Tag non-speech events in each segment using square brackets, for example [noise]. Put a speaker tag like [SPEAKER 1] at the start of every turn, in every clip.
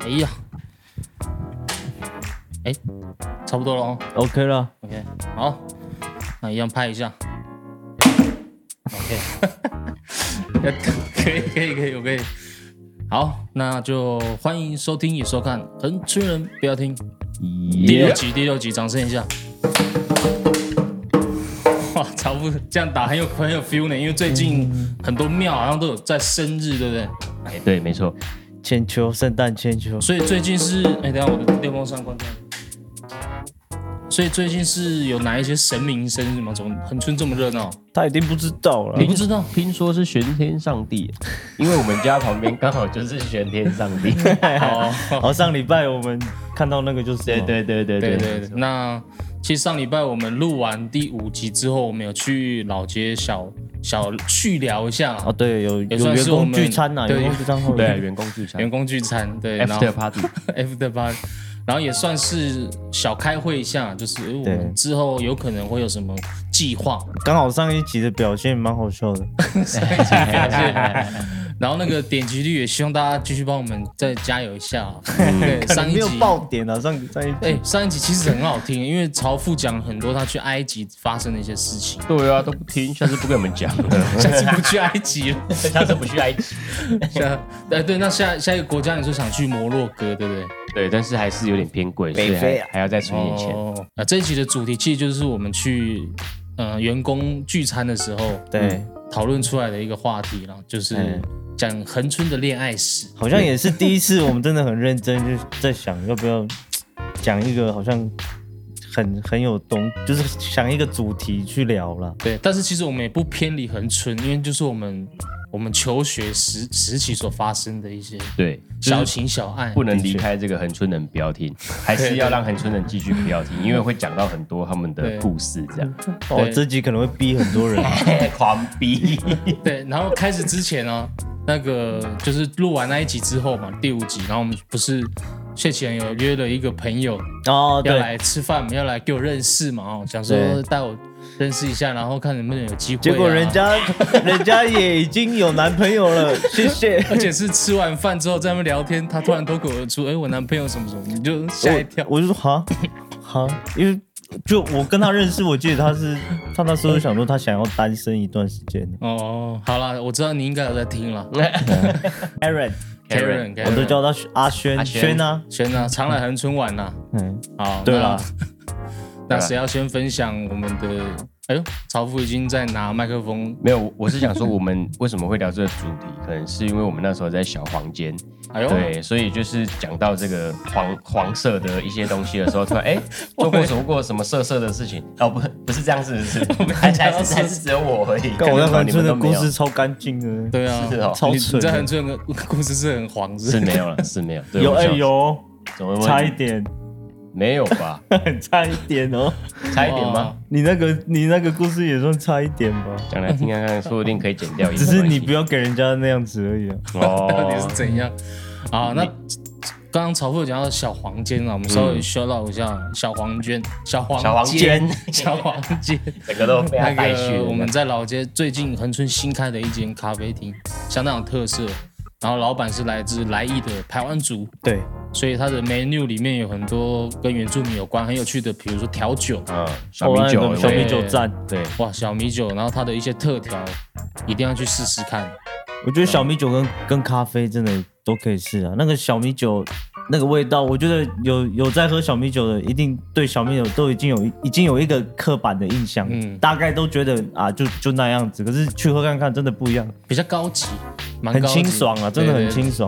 [SPEAKER 1] 哎呀，哎，差不多了哦。
[SPEAKER 2] OK 了，
[SPEAKER 1] OK，好，那一样拍一下。OK，可 [laughs] 以可以可以，我可以。好，那就欢迎收听也收看《横吹人不要听》第六集，第六集，掌声一下。哇，差不多这样打很有很有 feel 呢，因为最近很多庙好像都有在生日，对不对？
[SPEAKER 2] 哎，对，没错，千秋圣诞千秋，
[SPEAKER 1] 所以最近是，哎，等一下我的电风扇关掉。所以最近是有哪一些神明生日吗？怎么横村这么热闹？
[SPEAKER 2] 他一定不知道了
[SPEAKER 1] 你。不知道？
[SPEAKER 3] 听说是玄天上帝，因为我们家旁边刚好就是玄天上帝。
[SPEAKER 1] 哦，
[SPEAKER 2] [laughs] 好，上礼拜我们看到那个就是
[SPEAKER 3] 对对对对
[SPEAKER 1] 对
[SPEAKER 3] 对
[SPEAKER 1] 对对。那其实上礼拜我们录完第五集之后，我们有去老街小小去聊一下
[SPEAKER 2] 哦，对，有
[SPEAKER 1] 也
[SPEAKER 2] 有
[SPEAKER 1] 算
[SPEAKER 2] 员
[SPEAKER 1] 是我
[SPEAKER 2] 工
[SPEAKER 1] 们
[SPEAKER 2] 聚餐呐，
[SPEAKER 1] 对
[SPEAKER 2] 员工聚餐后
[SPEAKER 3] 对，啊员工聚餐
[SPEAKER 1] 员工聚餐，对，然后
[SPEAKER 3] ，after party，
[SPEAKER 1] after party，然后也算是小开会一下，就是哎我们
[SPEAKER 2] 对
[SPEAKER 1] 之后有可能会有什么计划，
[SPEAKER 2] 刚好上一集的表现蛮好笑的，
[SPEAKER 1] 然后那个点击率也希望大家继续帮我们再加油一下啊。对，
[SPEAKER 2] 嗯可能
[SPEAKER 1] 上一
[SPEAKER 2] 没有
[SPEAKER 1] 集
[SPEAKER 2] 爆点啊，上上一
[SPEAKER 1] 哎、
[SPEAKER 2] 集
[SPEAKER 1] 上一集其实很好听，因为曹富讲了很多他去埃及发生的一些事
[SPEAKER 2] [laughs]
[SPEAKER 1] 情，
[SPEAKER 3] 对啊，都不听，下次不跟你们讲了，
[SPEAKER 1] [laughs] 下次不去埃及了。
[SPEAKER 3] 下次不去埃及。
[SPEAKER 1] 下，哎对，那下下一个国家你说想去摩洛哥，对不对？
[SPEAKER 3] 对，但是还是有点偏贵，所以
[SPEAKER 2] 北非
[SPEAKER 3] 还
[SPEAKER 2] 啊
[SPEAKER 3] 还要再存点钱。
[SPEAKER 1] 哦，那这一集的主题其实就是我们去呃员工聚餐的时候
[SPEAKER 2] 对，
[SPEAKER 1] 讨论出来的一个话题啦，就是
[SPEAKER 2] 嗯
[SPEAKER 1] 讲恒春的恋爱史。
[SPEAKER 2] 好像也是第一次，我们真的很认真，就是在想要不要讲一个好像很很有东，就是想一个主题去聊了。
[SPEAKER 1] 对，但是其实我们也不偏离恒春，因为就是我们我们求学时时期所发生的一些
[SPEAKER 3] 对，就
[SPEAKER 1] 小
[SPEAKER 3] 是
[SPEAKER 1] 情小爱。
[SPEAKER 3] 不能离开这个恒春人不要听，还是要让恒春人继续不要听，因为会讲到很多他们
[SPEAKER 1] 对
[SPEAKER 3] 的故事，这样
[SPEAKER 2] 哦，
[SPEAKER 1] 对
[SPEAKER 2] 这集可能会逼很
[SPEAKER 1] [laughs]
[SPEAKER 2] 多人。
[SPEAKER 3] 狂逼。
[SPEAKER 1] 对，然后开始之前呢、那个就是录完那一集之后嘛，第五集，然后我们不是谢启仁有约了一个朋友
[SPEAKER 2] 哦，
[SPEAKER 1] 要
[SPEAKER 2] 对，
[SPEAKER 1] 来吃饭，要来给我认识嘛，哦，想说
[SPEAKER 2] 对
[SPEAKER 1] 带我认识一下，然后看能不能有机会啊、
[SPEAKER 2] 结果人家
[SPEAKER 3] 啊
[SPEAKER 2] [laughs] 人家也已经有男朋友
[SPEAKER 3] [laughs]
[SPEAKER 2] 了，谢谢。
[SPEAKER 1] 而且是吃完饭之后在那边聊天，他突然脱口而出：“哎、我男朋友什么什么。”你就吓一跳。
[SPEAKER 2] 我就说哈哈，因为就我跟他认识，我记得他是他那时候想说他想要单身一段时间。
[SPEAKER 1] 哦，好啦，我知道你应该有在听了。
[SPEAKER 2] Aaron，
[SPEAKER 1] Karen，,
[SPEAKER 3] Karen，
[SPEAKER 1] Karen
[SPEAKER 2] 我都叫他阿轩
[SPEAKER 3] 阿轩
[SPEAKER 2] 轩啊，
[SPEAKER 1] 轩啊，常来恒春玩呐、
[SPEAKER 2] 嗯，
[SPEAKER 1] 好，
[SPEAKER 2] 对
[SPEAKER 1] 了
[SPEAKER 2] 啦，
[SPEAKER 1] 那谁要先分享我们的？哎呦，曹富已经在拿麦克风，
[SPEAKER 3] 没有，我是想说，我们为什么会聊这个主题，可能是因为我们那时候在小房间，
[SPEAKER 1] 哎呦，
[SPEAKER 3] 对，所以就是讲到这个黄黄色的一些东西的时候，突然 [laughs] 哎，做过什么过什么色色的事情？哦，不，不是这样，是不 [laughs] 是？还是
[SPEAKER 1] 讲到色
[SPEAKER 3] 还是还是只有我而已。
[SPEAKER 2] 干我在
[SPEAKER 3] 看
[SPEAKER 2] 横
[SPEAKER 3] 你们
[SPEAKER 2] 村
[SPEAKER 3] 都
[SPEAKER 2] 的
[SPEAKER 3] 没
[SPEAKER 2] 故
[SPEAKER 3] 有
[SPEAKER 2] 事超干净的，
[SPEAKER 1] 对啊，
[SPEAKER 3] 是哦
[SPEAKER 2] 超
[SPEAKER 1] 你你
[SPEAKER 2] 蠢
[SPEAKER 1] 在
[SPEAKER 2] 的
[SPEAKER 1] 恒春的故事是很黄，是不
[SPEAKER 3] 是
[SPEAKER 1] 是
[SPEAKER 3] 没有了，是没有。
[SPEAKER 2] [laughs]
[SPEAKER 3] 对
[SPEAKER 2] 有
[SPEAKER 3] 我
[SPEAKER 2] 哎
[SPEAKER 3] 想
[SPEAKER 2] 有，
[SPEAKER 3] 怎么会
[SPEAKER 2] 差一点， [laughs]
[SPEAKER 3] 没有吧？
[SPEAKER 2] 差一点哦。
[SPEAKER 3] 差一点吗？？
[SPEAKER 2] 你那个你那个故事也算差一点吧，
[SPEAKER 3] 讲来听看看，说不定可以剪掉。
[SPEAKER 2] 只是你不要给人家那样子而已啊。
[SPEAKER 3] 要
[SPEAKER 1] 哇 [laughs] 到底是
[SPEAKER 3] [laughs] 哦，
[SPEAKER 1] 怎样？啊，那刚刚曹富有讲到小黄间啊，我们稍微
[SPEAKER 3] 嗯
[SPEAKER 1] shout out 一下小黄娟，小黄
[SPEAKER 3] 小黄
[SPEAKER 1] 间，
[SPEAKER 3] 间，
[SPEAKER 1] 小黄间。
[SPEAKER 3] [laughs] 整个都被他
[SPEAKER 1] 那
[SPEAKER 3] 带去
[SPEAKER 1] 个
[SPEAKER 3] 了。
[SPEAKER 1] 我们在老街最近恒春新开的一间咖啡厅，相当有特色。然后老板是来自来意的台湾族，
[SPEAKER 2] 对，
[SPEAKER 1] 所以它的 menu 里面有很多跟原住民有关很有趣的，比如说调酒，
[SPEAKER 3] 嗯，小米
[SPEAKER 2] 哦那
[SPEAKER 3] 酒，
[SPEAKER 2] 个小米
[SPEAKER 3] 对
[SPEAKER 2] 酒站，
[SPEAKER 3] 对，
[SPEAKER 1] 哇，小米酒，然后它的一些特调，一定要去试试看。
[SPEAKER 2] 我觉得小米酒跟跟咖啡真的都可以试啊。那个小米酒那个味道，我觉得有有在喝小米酒的，一定对小米酒都已经有已经有一个刻板的印象，
[SPEAKER 1] 嗯
[SPEAKER 2] 大概都觉得啊就就那样子。可是去喝看看，真的不一样，
[SPEAKER 1] 比较高级，蛮
[SPEAKER 2] 很
[SPEAKER 1] 高级
[SPEAKER 2] 清爽啊，真的很。清爽。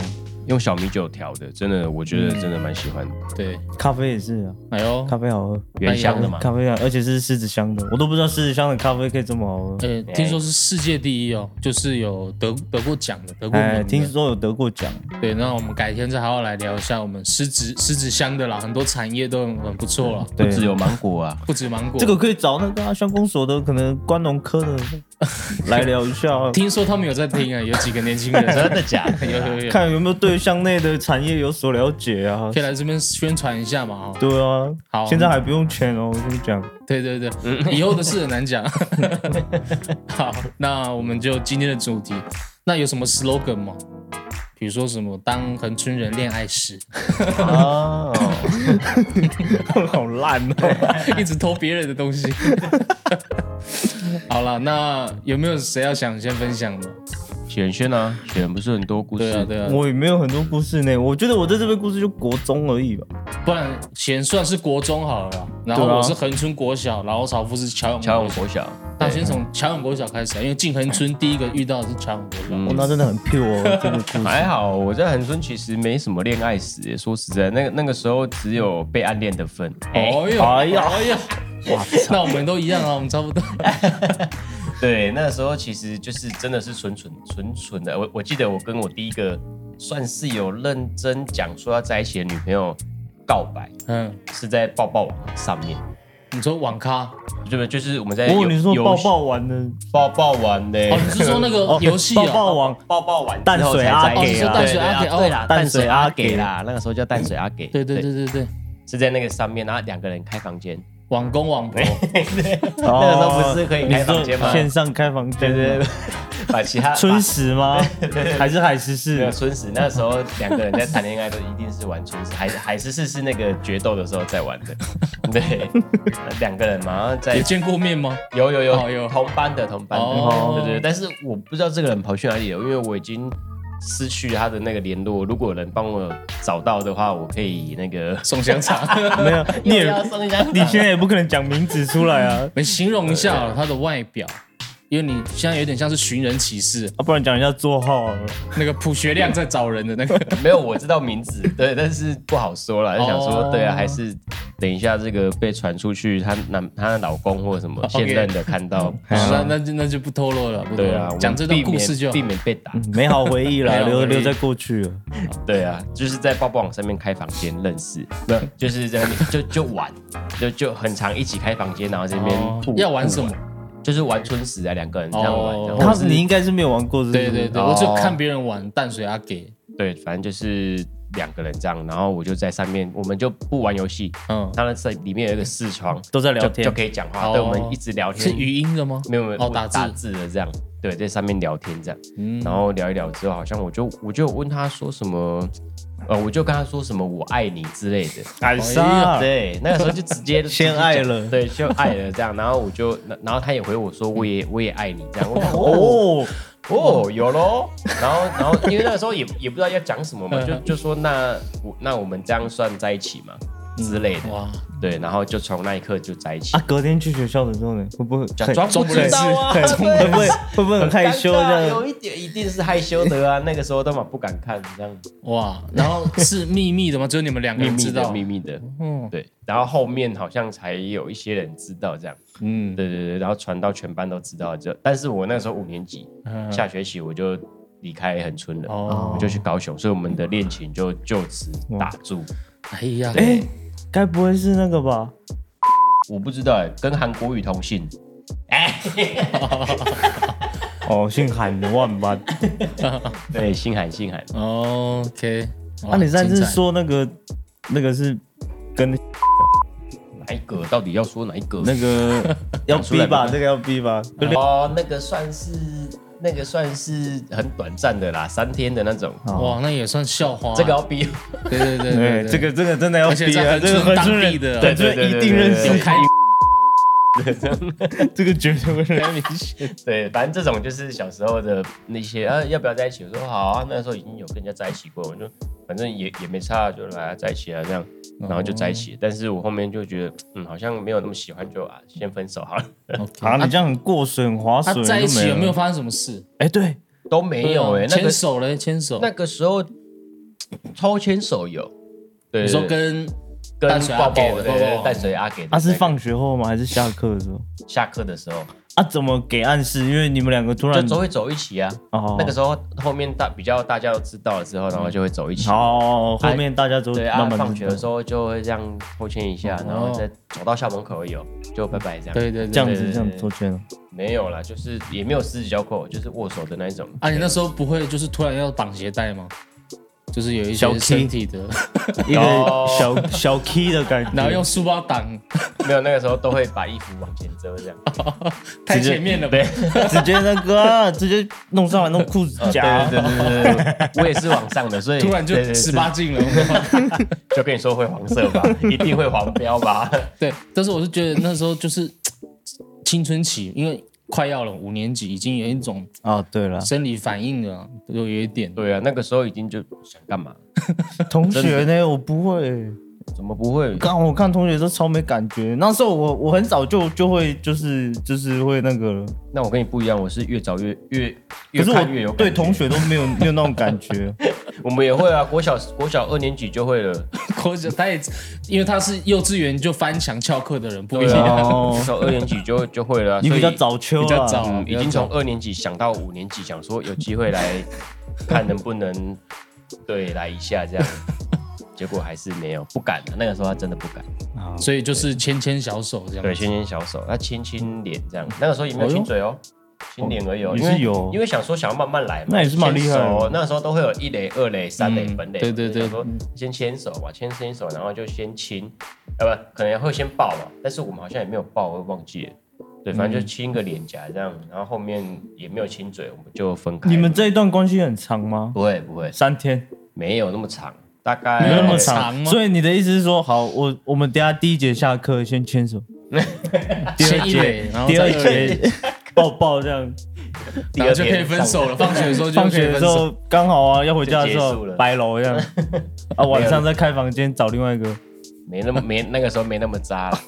[SPEAKER 3] 用小米酒调的，真的，我觉得真的蛮喜欢的，
[SPEAKER 1] 对对对，
[SPEAKER 2] 咖啡也是啊，
[SPEAKER 1] 哎呦，
[SPEAKER 2] 咖啡好喝，
[SPEAKER 3] 原香的嘛。
[SPEAKER 2] 咖啡啊，而且是狮子香的，我都不知道狮子香的咖啡可以这么好喝。
[SPEAKER 1] 呃，听说是世界第一哦，就是有得得过奖的，得过名
[SPEAKER 2] 哎，
[SPEAKER 1] 的。
[SPEAKER 2] 听说有得过奖，
[SPEAKER 1] 对，那我们改天再好好来聊一下我们狮子狮子乡的啦，很多产业都很很不错了，
[SPEAKER 3] 不
[SPEAKER 2] 对，
[SPEAKER 3] 只有芒果啊，
[SPEAKER 1] 不止芒果。
[SPEAKER 2] 这个可以找那个啊乡、公所的，可能关农科的来聊一下啊、
[SPEAKER 1] 听说他们有在听啊，有几个年轻
[SPEAKER 2] [laughs]
[SPEAKER 1] 人
[SPEAKER 3] 真的假
[SPEAKER 1] [laughs]
[SPEAKER 3] 的？
[SPEAKER 1] 有有有，
[SPEAKER 2] 看有没有对乡内的产业有所了解啊。
[SPEAKER 1] 可以来这边宣传一下嘛啊、哦！
[SPEAKER 2] 对啊，
[SPEAKER 1] 好
[SPEAKER 2] 现在还不用钱哦，我跟你
[SPEAKER 3] [laughs]
[SPEAKER 2] 讲，
[SPEAKER 1] 对对
[SPEAKER 2] 嗯
[SPEAKER 1] 对，以后的事很难讲。 [laughs] 好，那我们就今天的主题，那有什么 slogan 吗？比比如说什么当恒春人恋爱史，
[SPEAKER 3] 哦，
[SPEAKER 2] 啊好烂
[SPEAKER 3] [laughs]
[SPEAKER 1] [laughs]
[SPEAKER 2] 哦、
[SPEAKER 3] 啊
[SPEAKER 1] 一直偷别人的东西。 [laughs] 好了，那有没有谁要想先分享的？
[SPEAKER 3] 选轩啊，选不是很多故
[SPEAKER 1] 对啊，
[SPEAKER 3] 事，
[SPEAKER 1] 对啊，
[SPEAKER 2] 我也没有很多故事呢，我觉得我在这边故事就国中而已吧。
[SPEAKER 1] 不然贤算是国中好了啦，然后
[SPEAKER 2] 对啊
[SPEAKER 1] 我是恒春国小，然后曹夫是乔永
[SPEAKER 3] 乔
[SPEAKER 1] 国
[SPEAKER 3] 永
[SPEAKER 1] 小，
[SPEAKER 3] 国小，
[SPEAKER 1] 那先从乔永国小开始啊，因为进恒春第一个遇到的是乔永国小。
[SPEAKER 3] 嗯
[SPEAKER 2] 我、那真的很 pure 哦，这个
[SPEAKER 3] [laughs]
[SPEAKER 2] 故事。
[SPEAKER 3] 还好，我在恒春其实没什么恋爱史耶。说实在，那个那个时候只有被暗恋的份。
[SPEAKER 1] 哦呦，
[SPEAKER 2] 哎
[SPEAKER 1] 哎
[SPEAKER 2] 呀
[SPEAKER 1] 呀，哎呀，哇！那我们都一样啊，我们差不多。 [laughs]
[SPEAKER 3] 对，那时候其实就是真的是纯纯纯纯的。我我记得我跟我第一个算是有认真讲说要在一起的女朋友告白，
[SPEAKER 1] 嗯，
[SPEAKER 3] 是在抱抱网上面，
[SPEAKER 1] 你说网咖？
[SPEAKER 3] 对不对？就是我们在
[SPEAKER 2] 不过
[SPEAKER 3] 游
[SPEAKER 2] 哦你说
[SPEAKER 3] 游
[SPEAKER 2] 抱抱玩的
[SPEAKER 3] 抱抱玩的、
[SPEAKER 1] 哦，你是说那个
[SPEAKER 2] 哦
[SPEAKER 1] 游戏
[SPEAKER 2] 抱
[SPEAKER 1] 啊？
[SPEAKER 2] 抱王，
[SPEAKER 3] 哎 [laughs] 抱抱玩
[SPEAKER 2] 淡水阿给
[SPEAKER 1] 啦
[SPEAKER 3] 啊，
[SPEAKER 1] 哦是淡水阿给
[SPEAKER 3] 对对啦
[SPEAKER 2] 哦
[SPEAKER 3] 淡水阿
[SPEAKER 2] 淡水阿给
[SPEAKER 3] 给啦，那个时候叫淡水阿给，
[SPEAKER 1] 对对对对对，
[SPEAKER 3] 是在那个上面，然后两个人开房间，
[SPEAKER 1] 网公网婆。
[SPEAKER 2] 那
[SPEAKER 3] [laughs] 那个时候不是可以开房间吗
[SPEAKER 2] 哦线上开房间
[SPEAKER 3] 对
[SPEAKER 2] 吗，
[SPEAKER 3] 对对， [laughs] 把其他
[SPEAKER 2] [laughs] 春实吗？
[SPEAKER 3] [laughs]
[SPEAKER 2] 还是海石
[SPEAKER 3] 没有
[SPEAKER 2] 市？
[SPEAKER 3] 春实，那时候两个人在谈恋爱都一定是玩春实，海海狮是是那个决斗的时候在玩的，对，两个人嘛，然后
[SPEAKER 1] 有
[SPEAKER 3] 在
[SPEAKER 1] 见过面吗？
[SPEAKER 3] 有有有、
[SPEAKER 1] 哦有
[SPEAKER 3] 同班的同班的，
[SPEAKER 1] 哦
[SPEAKER 3] 对对对，但是我不知道这个人跑去哪里了，因为我已经失去他的那个联络，如果有人帮我找到的话，我可以那个
[SPEAKER 1] 送香肠， [laughs]
[SPEAKER 2] 没有，你
[SPEAKER 3] 又要
[SPEAKER 2] 也
[SPEAKER 3] 送人家
[SPEAKER 2] 你现在也不可能讲名字出来啊，
[SPEAKER 1] 们形容一下啊他的外表，因为你现在有点像是寻人启事，
[SPEAKER 2] 啊不然讲人家座号啊好了。
[SPEAKER 1] 那个朴学亮在找人的那个。
[SPEAKER 3] 没有，我知道
[SPEAKER 1] [laughs]
[SPEAKER 3] 名字，对，但是不好说了，就想说
[SPEAKER 1] 哦，
[SPEAKER 3] 对啊，还是等一下这个被传出去，她男她的老公或什么
[SPEAKER 1] [laughs] OK
[SPEAKER 3] 现任的看到，
[SPEAKER 1] [laughs] 好那那就那就不透露了，不透露
[SPEAKER 3] 哎对啊
[SPEAKER 1] 了，
[SPEAKER 3] 我们
[SPEAKER 1] 讲这段
[SPEAKER 3] 避免
[SPEAKER 1] 故事就好嗯
[SPEAKER 3] 避。免被打，
[SPEAKER 2] 美好回忆啦，
[SPEAKER 1] 美好回
[SPEAKER 2] 留
[SPEAKER 1] 忆
[SPEAKER 2] 留在过去了。
[SPEAKER 3] 对啊，就是在抱抱网上面开房间认识，不
[SPEAKER 1] 嗯
[SPEAKER 3] 就是在那边 [laughs] 就就玩，就就很常一起开房间，然后这边
[SPEAKER 1] 哦
[SPEAKER 3] 互
[SPEAKER 1] 要玩什么？？
[SPEAKER 3] 就是玩春实啊，两个人这样玩，
[SPEAKER 1] 哦
[SPEAKER 3] 然
[SPEAKER 2] 他
[SPEAKER 3] 后
[SPEAKER 2] 是你应该是没有玩过，是不是
[SPEAKER 1] 对对对，我
[SPEAKER 3] 哦
[SPEAKER 1] 就看别人玩淡水阿给，
[SPEAKER 3] 对，反正就是两个人这样，然后我就在上面，我们就不玩游戏，
[SPEAKER 1] 嗯，
[SPEAKER 3] 当然在里面有一个视窗。
[SPEAKER 2] 都在聊
[SPEAKER 3] 就
[SPEAKER 2] 天
[SPEAKER 3] 就。可以讲话，
[SPEAKER 1] 哦
[SPEAKER 3] 对，我们一直聊天，
[SPEAKER 1] 是语音的吗？
[SPEAKER 3] 没有没有
[SPEAKER 1] 哦，打字
[SPEAKER 3] 打字的这样，对，在上面聊天这样，
[SPEAKER 1] 嗯
[SPEAKER 3] 然后聊一聊之后，好像我就我就问他说什么，呃，我就跟他说什么我爱你之类的，
[SPEAKER 2] 哎
[SPEAKER 1] 呀
[SPEAKER 2] 呀，
[SPEAKER 3] 对，那个时候就直接
[SPEAKER 2] [laughs] 先爱了
[SPEAKER 3] 对，就爱了这样，然后我就，然后他也回我说我也我也爱你这样，我就哦
[SPEAKER 2] 哦，
[SPEAKER 3] 哦有喽，然后然后因为那个时候也也不知道要讲什么
[SPEAKER 1] 嗯
[SPEAKER 3] 嘛，就就说那我那我们这样算在一起嘛
[SPEAKER 1] 嗯
[SPEAKER 3] 之类的，
[SPEAKER 1] 哇，
[SPEAKER 3] 对，然后就从那一刻就在一起
[SPEAKER 2] 啊，，隔天去学校的时候呢，会不会
[SPEAKER 3] 假装
[SPEAKER 1] 装
[SPEAKER 3] 不
[SPEAKER 1] 不认
[SPEAKER 3] 知道
[SPEAKER 1] 识
[SPEAKER 3] 啊，
[SPEAKER 2] 会会
[SPEAKER 3] 对
[SPEAKER 2] 不会会不会很害羞
[SPEAKER 3] 尴尬
[SPEAKER 2] 这样？
[SPEAKER 3] 有一点一定是害羞的啊，那个时候都嘛不敢看这样，
[SPEAKER 1] 哇，然后是秘密的吗？ [laughs] 只有你们两个
[SPEAKER 3] 秘
[SPEAKER 1] 人
[SPEAKER 3] 密
[SPEAKER 1] 知
[SPEAKER 3] 的
[SPEAKER 1] 道
[SPEAKER 3] [laughs] 秘。密的，
[SPEAKER 1] 嗯 [laughs]
[SPEAKER 3] 对。然后后面好像才有一些人知道这样，
[SPEAKER 1] 嗯，
[SPEAKER 3] 对对对，然后传到全班都知道，就但是我那时候五年级
[SPEAKER 1] 嗯
[SPEAKER 3] 下学期我就离开恒春了，
[SPEAKER 1] 哦
[SPEAKER 3] 我就去高雄，所以我们的恋情就就此打住。
[SPEAKER 1] 哎呀，
[SPEAKER 2] 哎，该不会是那个吧？
[SPEAKER 3] 我不知道哎，跟韩国语同姓，
[SPEAKER 2] 哦，姓韩的万吧？
[SPEAKER 3] 对，姓韩姓韩，
[SPEAKER 1] OK，
[SPEAKER 2] 啊，你上
[SPEAKER 1] 上
[SPEAKER 2] 次
[SPEAKER 1] 次
[SPEAKER 2] 说那个那个是跟
[SPEAKER 3] 哪一个到底要说哪一个？
[SPEAKER 2] 那个要
[SPEAKER 3] 出来
[SPEAKER 2] 逼吧？
[SPEAKER 3] 吧
[SPEAKER 2] 这个要逼吧？
[SPEAKER 3] 哦，那个算是那个算是很短暂的啦，三天的那种。
[SPEAKER 1] 哇，那也算笑话。
[SPEAKER 3] 这个，要逼，
[SPEAKER 1] 对对对
[SPEAKER 2] 对，
[SPEAKER 1] 对，
[SPEAKER 2] 哎这个这个真的要
[SPEAKER 1] 而且
[SPEAKER 2] 逼啊！
[SPEAKER 1] 在
[SPEAKER 2] 这个
[SPEAKER 1] 恒春
[SPEAKER 2] 恒春
[SPEAKER 1] 当
[SPEAKER 2] 人
[SPEAKER 1] 地的
[SPEAKER 3] [laughs]
[SPEAKER 2] 恒春
[SPEAKER 3] 对对
[SPEAKER 2] 一
[SPEAKER 3] 对
[SPEAKER 2] 定
[SPEAKER 3] 对
[SPEAKER 2] 认
[SPEAKER 3] 对对
[SPEAKER 1] 有
[SPEAKER 2] 识， [laughs]
[SPEAKER 1] 开
[SPEAKER 2] 这个绝对会认识。
[SPEAKER 3] [laughs] 对，反正这种就是小时候的那些啊，要不要在一起？我说好啊，那时候已经有跟人家在一起过，我就反正也也没差，就来啊在一起啊这样，然后就在一起。但是我后面就觉得，嗯，好像没有那么喜欢，就啊先分手好了， [laughs]
[SPEAKER 2] [laughs] 啊，你这样很过水、很划
[SPEAKER 1] 他
[SPEAKER 2] 水，
[SPEAKER 1] 在一起有没有
[SPEAKER 2] 了？
[SPEAKER 1] 发生什么事？
[SPEAKER 2] 哎，对，
[SPEAKER 3] 都没有
[SPEAKER 1] 对
[SPEAKER 3] 哎、
[SPEAKER 1] 啊
[SPEAKER 3] 那个
[SPEAKER 1] 牵手嘞，牵手。
[SPEAKER 3] 那个时候抽牵手有，对，
[SPEAKER 1] 你说
[SPEAKER 3] 对
[SPEAKER 1] 跟
[SPEAKER 3] 跟
[SPEAKER 1] 淡水阿
[SPEAKER 3] 抱
[SPEAKER 1] 给
[SPEAKER 3] 抱
[SPEAKER 1] 的
[SPEAKER 3] 对
[SPEAKER 1] 抱抱
[SPEAKER 3] 对淡水阿给的
[SPEAKER 2] 他啊是
[SPEAKER 3] 那个
[SPEAKER 2] 放学后吗？还是下课的时候？
[SPEAKER 3] 下课的时候
[SPEAKER 2] 啊，怎么给暗示？因为你们两个突
[SPEAKER 3] 就
[SPEAKER 2] 然
[SPEAKER 3] 走一走一起啊，
[SPEAKER 2] 哦
[SPEAKER 3] 那个时候后面大比较大家都知道了之后，然后就会走一起。
[SPEAKER 2] 哦，后面大家都
[SPEAKER 3] 对啊，
[SPEAKER 2] 慢慢哦
[SPEAKER 3] 放学的时
[SPEAKER 2] 候
[SPEAKER 3] 候就会这样偷牵一下，然后再走到校门口而已哦，就拜拜这样。
[SPEAKER 1] 对对
[SPEAKER 2] 这
[SPEAKER 1] 对，
[SPEAKER 2] 样
[SPEAKER 3] 对
[SPEAKER 2] 子
[SPEAKER 3] 对
[SPEAKER 2] 这样
[SPEAKER 3] 对
[SPEAKER 2] 做圈了。
[SPEAKER 3] 没有啦，就是也没有十指交扣，就是握手的那一种。
[SPEAKER 1] 啊，你那时候不会就是突然要绑鞋带吗？就是有一
[SPEAKER 2] 小
[SPEAKER 1] 些
[SPEAKER 2] key
[SPEAKER 1] 身体的，
[SPEAKER 3] 哦
[SPEAKER 2] 一个小小 key 的感觉，
[SPEAKER 1] 然后用书包挡，
[SPEAKER 3] 没有那个时候都会把衣服往前
[SPEAKER 2] [laughs]
[SPEAKER 3] 遮这样，
[SPEAKER 1] 太前面了吧？
[SPEAKER 3] 对，
[SPEAKER 2] 直接那个啊、直接弄上来弄裤子夹、
[SPEAKER 3] 哦对对对对对对，我也是往上的，所以
[SPEAKER 1] 突然就
[SPEAKER 3] 对对对
[SPEAKER 1] 十八禁了。我们
[SPEAKER 3] 就跟你说会黄色吧， [laughs] 一定会黄标吧， [laughs]
[SPEAKER 1] 对，但是我是觉得那时候就是青春期，因为快要了五年级，已经有一种
[SPEAKER 2] 哦，对了，
[SPEAKER 1] 生理反应了，有有一点。 [laughs]
[SPEAKER 3] 对啊，那个时候已经就想干嘛？
[SPEAKER 2] 同学呢，我不会。
[SPEAKER 3] 怎么不会？
[SPEAKER 2] 刚我看同学都超没感觉，那时候我我很早就就会就是就是会那个了，
[SPEAKER 3] 那我跟你不一样，我是越早越越
[SPEAKER 2] 可
[SPEAKER 3] 越
[SPEAKER 2] 是
[SPEAKER 3] 看越有
[SPEAKER 2] 我
[SPEAKER 3] 感
[SPEAKER 2] 对
[SPEAKER 3] 觉
[SPEAKER 2] 同，学都没有没有那种感
[SPEAKER 3] [laughs]
[SPEAKER 2] 觉。
[SPEAKER 3] 我们也会啊，国小国小二年级就会
[SPEAKER 2] [laughs] 哦
[SPEAKER 3] 了，
[SPEAKER 1] 国小他也，因为他是幼稚园就翻墙翘课的人，不一
[SPEAKER 3] 对
[SPEAKER 1] 样。
[SPEAKER 3] 啊，
[SPEAKER 2] 哦
[SPEAKER 3] 国小二年级就就会了啊，
[SPEAKER 2] 你比较
[SPEAKER 3] 所以
[SPEAKER 2] 早秋啊，
[SPEAKER 1] 比较早
[SPEAKER 3] 嗯，已经从二年级想到五年级，想说有机会来看能不能对来一下这样，结果还是没有，不敢啊。那个时候他真的不敢，
[SPEAKER 2] 啊
[SPEAKER 1] 所以就是牵牵小手这样。
[SPEAKER 3] 对，牵牵小手，他亲亲脸这样，那个时候也没有亲嘴
[SPEAKER 1] 哎
[SPEAKER 3] 哦。亲脸而已、哦，
[SPEAKER 2] 也
[SPEAKER 3] 因
[SPEAKER 2] 是
[SPEAKER 3] 为
[SPEAKER 2] 有
[SPEAKER 3] 因为想说想要慢慢来嘛，
[SPEAKER 2] 那也是蛮厉害的
[SPEAKER 3] 牵手那时候都会有一垒、二垒、三垒、
[SPEAKER 1] 嗯
[SPEAKER 3] 本垒，
[SPEAKER 1] 对对对
[SPEAKER 3] 想说先牵手嘛，牵牵手，然后就先亲，啊不，可能会先抱嘛，但是我们好像也没有抱，我也忘记了，对，反正
[SPEAKER 1] 嗯
[SPEAKER 3] 就亲个脸颊这样，然后后面也没有亲嘴，我们就分开了。
[SPEAKER 2] 你们这一段关系很长吗？
[SPEAKER 3] 不会不会，
[SPEAKER 2] 三天，
[SPEAKER 3] 没有那么长，大概
[SPEAKER 1] 没
[SPEAKER 2] 没
[SPEAKER 1] 有
[SPEAKER 2] 有
[SPEAKER 1] 那
[SPEAKER 2] 那
[SPEAKER 1] 么
[SPEAKER 2] 么
[SPEAKER 1] 长
[SPEAKER 2] 长。所以你的意思是说，好，我我们等一下第一节下课先牵手，第二
[SPEAKER 1] 先一垒
[SPEAKER 2] 节
[SPEAKER 1] 然后
[SPEAKER 2] 第
[SPEAKER 1] 再
[SPEAKER 2] 二
[SPEAKER 1] 二垒
[SPEAKER 2] 节抱抱这
[SPEAKER 3] [laughs]
[SPEAKER 2] 样，
[SPEAKER 1] 然后就可以分手了。放学的时候就
[SPEAKER 2] 放
[SPEAKER 1] 可以
[SPEAKER 2] 学的
[SPEAKER 1] 分
[SPEAKER 2] 时
[SPEAKER 1] 手。
[SPEAKER 2] 候刚好啊，要回家的时
[SPEAKER 3] 就结束
[SPEAKER 2] 候
[SPEAKER 3] 了
[SPEAKER 2] 白楼这样，啊晚上再开房间找另外一个。
[SPEAKER 3] 没那么 [laughs] 没那个时候没那么渣了，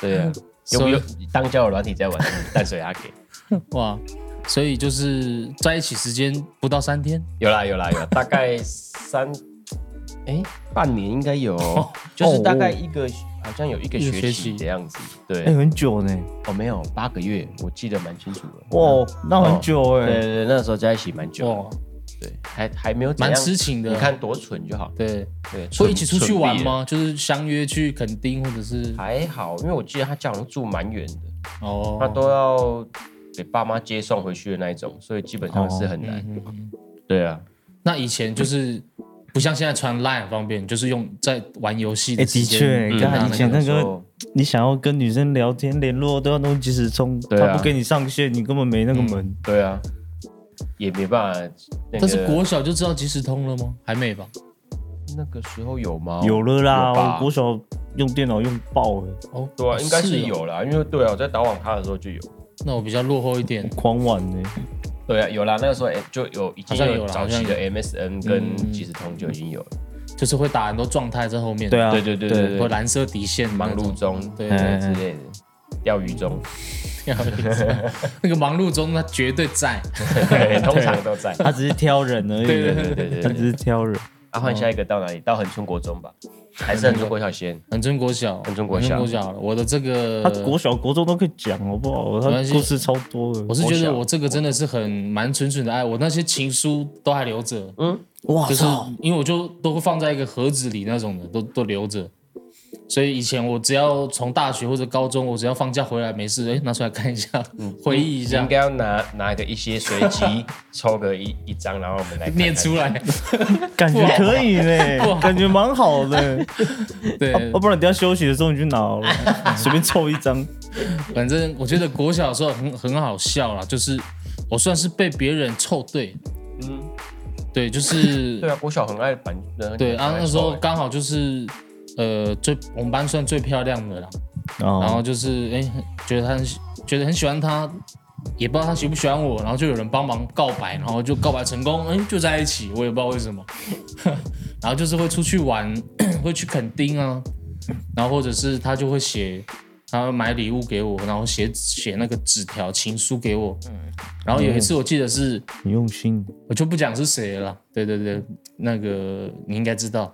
[SPEAKER 3] 对啊，有
[SPEAKER 1] 所以
[SPEAKER 3] 有当交友软体在玩，淡水阿给
[SPEAKER 1] 哇，所以就是在一起时间不到三天，
[SPEAKER 3] 有啦有啦有啦，大概三哎半年应该有，就是大概一个好像有一个
[SPEAKER 1] 一个学
[SPEAKER 3] 哦学
[SPEAKER 1] 期
[SPEAKER 3] 期的样子，
[SPEAKER 2] 哎，
[SPEAKER 3] 对，
[SPEAKER 2] 很久呢，
[SPEAKER 3] 哦没有八个月，我记得蛮清楚的，
[SPEAKER 2] 哇，那很久
[SPEAKER 3] 哦嗯对
[SPEAKER 2] 哎，
[SPEAKER 3] 对对，那时候在一起蛮久
[SPEAKER 1] 哇
[SPEAKER 3] 的，，对，还还没有怎
[SPEAKER 1] 蛮
[SPEAKER 3] 样
[SPEAKER 1] 痴情的。
[SPEAKER 3] 你，看多蠢就好，
[SPEAKER 1] 对，
[SPEAKER 3] 对，
[SPEAKER 1] 会
[SPEAKER 3] 蠢
[SPEAKER 1] 一起出去玩？
[SPEAKER 3] 蠢毙了
[SPEAKER 1] 吗？就是相约去垦丁或者是
[SPEAKER 3] 还好，因为我记得他家好像住蛮远的。
[SPEAKER 1] 哦，
[SPEAKER 3] 他都要给爸妈接送回去的那一种，所以基本上是很难。
[SPEAKER 1] 嗯嗯嗯
[SPEAKER 3] 对啊，
[SPEAKER 1] 那以前就是不像现在传 LINE 很方便，就是用在玩游戏
[SPEAKER 2] 哎，
[SPEAKER 1] 时
[SPEAKER 2] 的
[SPEAKER 1] 间
[SPEAKER 2] 确，
[SPEAKER 3] 嗯
[SPEAKER 2] 刚才
[SPEAKER 1] 那
[SPEAKER 2] 以前
[SPEAKER 1] 个
[SPEAKER 2] 那
[SPEAKER 3] 有时
[SPEAKER 2] 个
[SPEAKER 3] 候，
[SPEAKER 2] 你想要跟女生聊天联络都要弄即时通，
[SPEAKER 3] 对啊
[SPEAKER 2] 他不给你上线，你根本没那个门。
[SPEAKER 3] 对啊，也没办法。那个
[SPEAKER 1] 但是国小就知道即时通了吗？还没吧？
[SPEAKER 3] 那个时候有吗？
[SPEAKER 2] 嗯有了啦，
[SPEAKER 3] 有吧
[SPEAKER 2] 我国小用电脑用爆哎，
[SPEAKER 1] 哦，
[SPEAKER 3] 对啊，应该是
[SPEAKER 1] 哦。
[SPEAKER 3] 有啦，因为对啊，我在打网咖的时候就有。
[SPEAKER 1] 那我比较落后一点，
[SPEAKER 2] 狂玩呢。
[SPEAKER 3] 对啊，有啦，那个时候哎就有已经
[SPEAKER 1] 好像有啦
[SPEAKER 3] 早
[SPEAKER 1] 好
[SPEAKER 3] 期的
[SPEAKER 1] 像
[SPEAKER 3] MSN
[SPEAKER 1] 嗯
[SPEAKER 3] 跟即时通就已经有了。
[SPEAKER 1] 就是会打很多状态在后面。
[SPEAKER 2] 对啊，
[SPEAKER 3] 对对对对
[SPEAKER 1] 或
[SPEAKER 3] 对，
[SPEAKER 1] 蓝色底线那
[SPEAKER 3] 忙
[SPEAKER 1] 种
[SPEAKER 3] 碌中
[SPEAKER 1] 对
[SPEAKER 3] 对
[SPEAKER 2] 嗯
[SPEAKER 3] 之类的，钓鱼中，
[SPEAKER 1] [laughs]
[SPEAKER 3] [laughs]
[SPEAKER 1] 那个忙碌中，他绝对在。
[SPEAKER 3] 对通常都在。
[SPEAKER 2] 他只是挑人而已，
[SPEAKER 1] 对对
[SPEAKER 3] 对对对
[SPEAKER 2] 他
[SPEAKER 3] 对 [laughs]
[SPEAKER 2] 只
[SPEAKER 3] 对。
[SPEAKER 2] 是挑人。
[SPEAKER 3] 啊，换下一个到哪里？到恒春国中吧，还是恒春国小先？
[SPEAKER 1] 很中国小，
[SPEAKER 3] 恒春国
[SPEAKER 1] 恒
[SPEAKER 3] 小
[SPEAKER 1] 春国小，我的这个
[SPEAKER 2] 他，国小、国中都可以讲，好不好？他
[SPEAKER 1] 呃关系
[SPEAKER 2] 故事超多的。
[SPEAKER 1] 我是觉
[SPEAKER 3] 国
[SPEAKER 1] 得
[SPEAKER 3] 小
[SPEAKER 1] 我这个真的是很蛮纯纯的爱，我那些情书都还留着，
[SPEAKER 3] 嗯
[SPEAKER 2] 哇
[SPEAKER 1] 就是因为我就都会放在一个盒子里那种的，都都留着。所以以前我只要从大学或者高中，我只要放假回来没事，哎，拿出来看一下， [laughs] 回忆一
[SPEAKER 3] 嗯应
[SPEAKER 1] 下，
[SPEAKER 3] 该要拿拿个一些随 [laughs] 机抽个一一张，然后我们来看看
[SPEAKER 1] 念出。来。
[SPEAKER 3] [laughs]
[SPEAKER 2] 感觉可以
[SPEAKER 1] [laughs]
[SPEAKER 2] 呢，感觉蛮好的。
[SPEAKER 1] 对，
[SPEAKER 3] 哦
[SPEAKER 2] 要不然等一下休息的时候你去拿
[SPEAKER 1] [laughs]
[SPEAKER 2] 好了，随便抽一张。
[SPEAKER 1] 反正我觉得国小的时候很很好笑啦，就是我算是被别人凑对，
[SPEAKER 3] 嗯，
[SPEAKER 1] 对，就是
[SPEAKER 3] [laughs] 对啊，欸国小很爱板，
[SPEAKER 1] 对啊，那时候
[SPEAKER 3] 刚
[SPEAKER 1] 刚好就是呃最我们班算最漂亮的啦，然
[SPEAKER 2] 哦，
[SPEAKER 1] 后就是哎、觉得她很喜觉得很喜欢她，也不知道她喜不喜欢我，然后就有人帮忙告白，然后就告白成功，哎、就在一起，我也不知道为什么， [laughs] 然后就是会出去玩， [clears throat] 会去垦丁啊，然后或者是她就会写。她会买礼物给我，然后写写那个纸条情书给我。然后有一次我记得是
[SPEAKER 2] 很用
[SPEAKER 1] [laughs]
[SPEAKER 2] 心。
[SPEAKER 1] 我就不讲是谁了啦。对对对，那个你应该知道，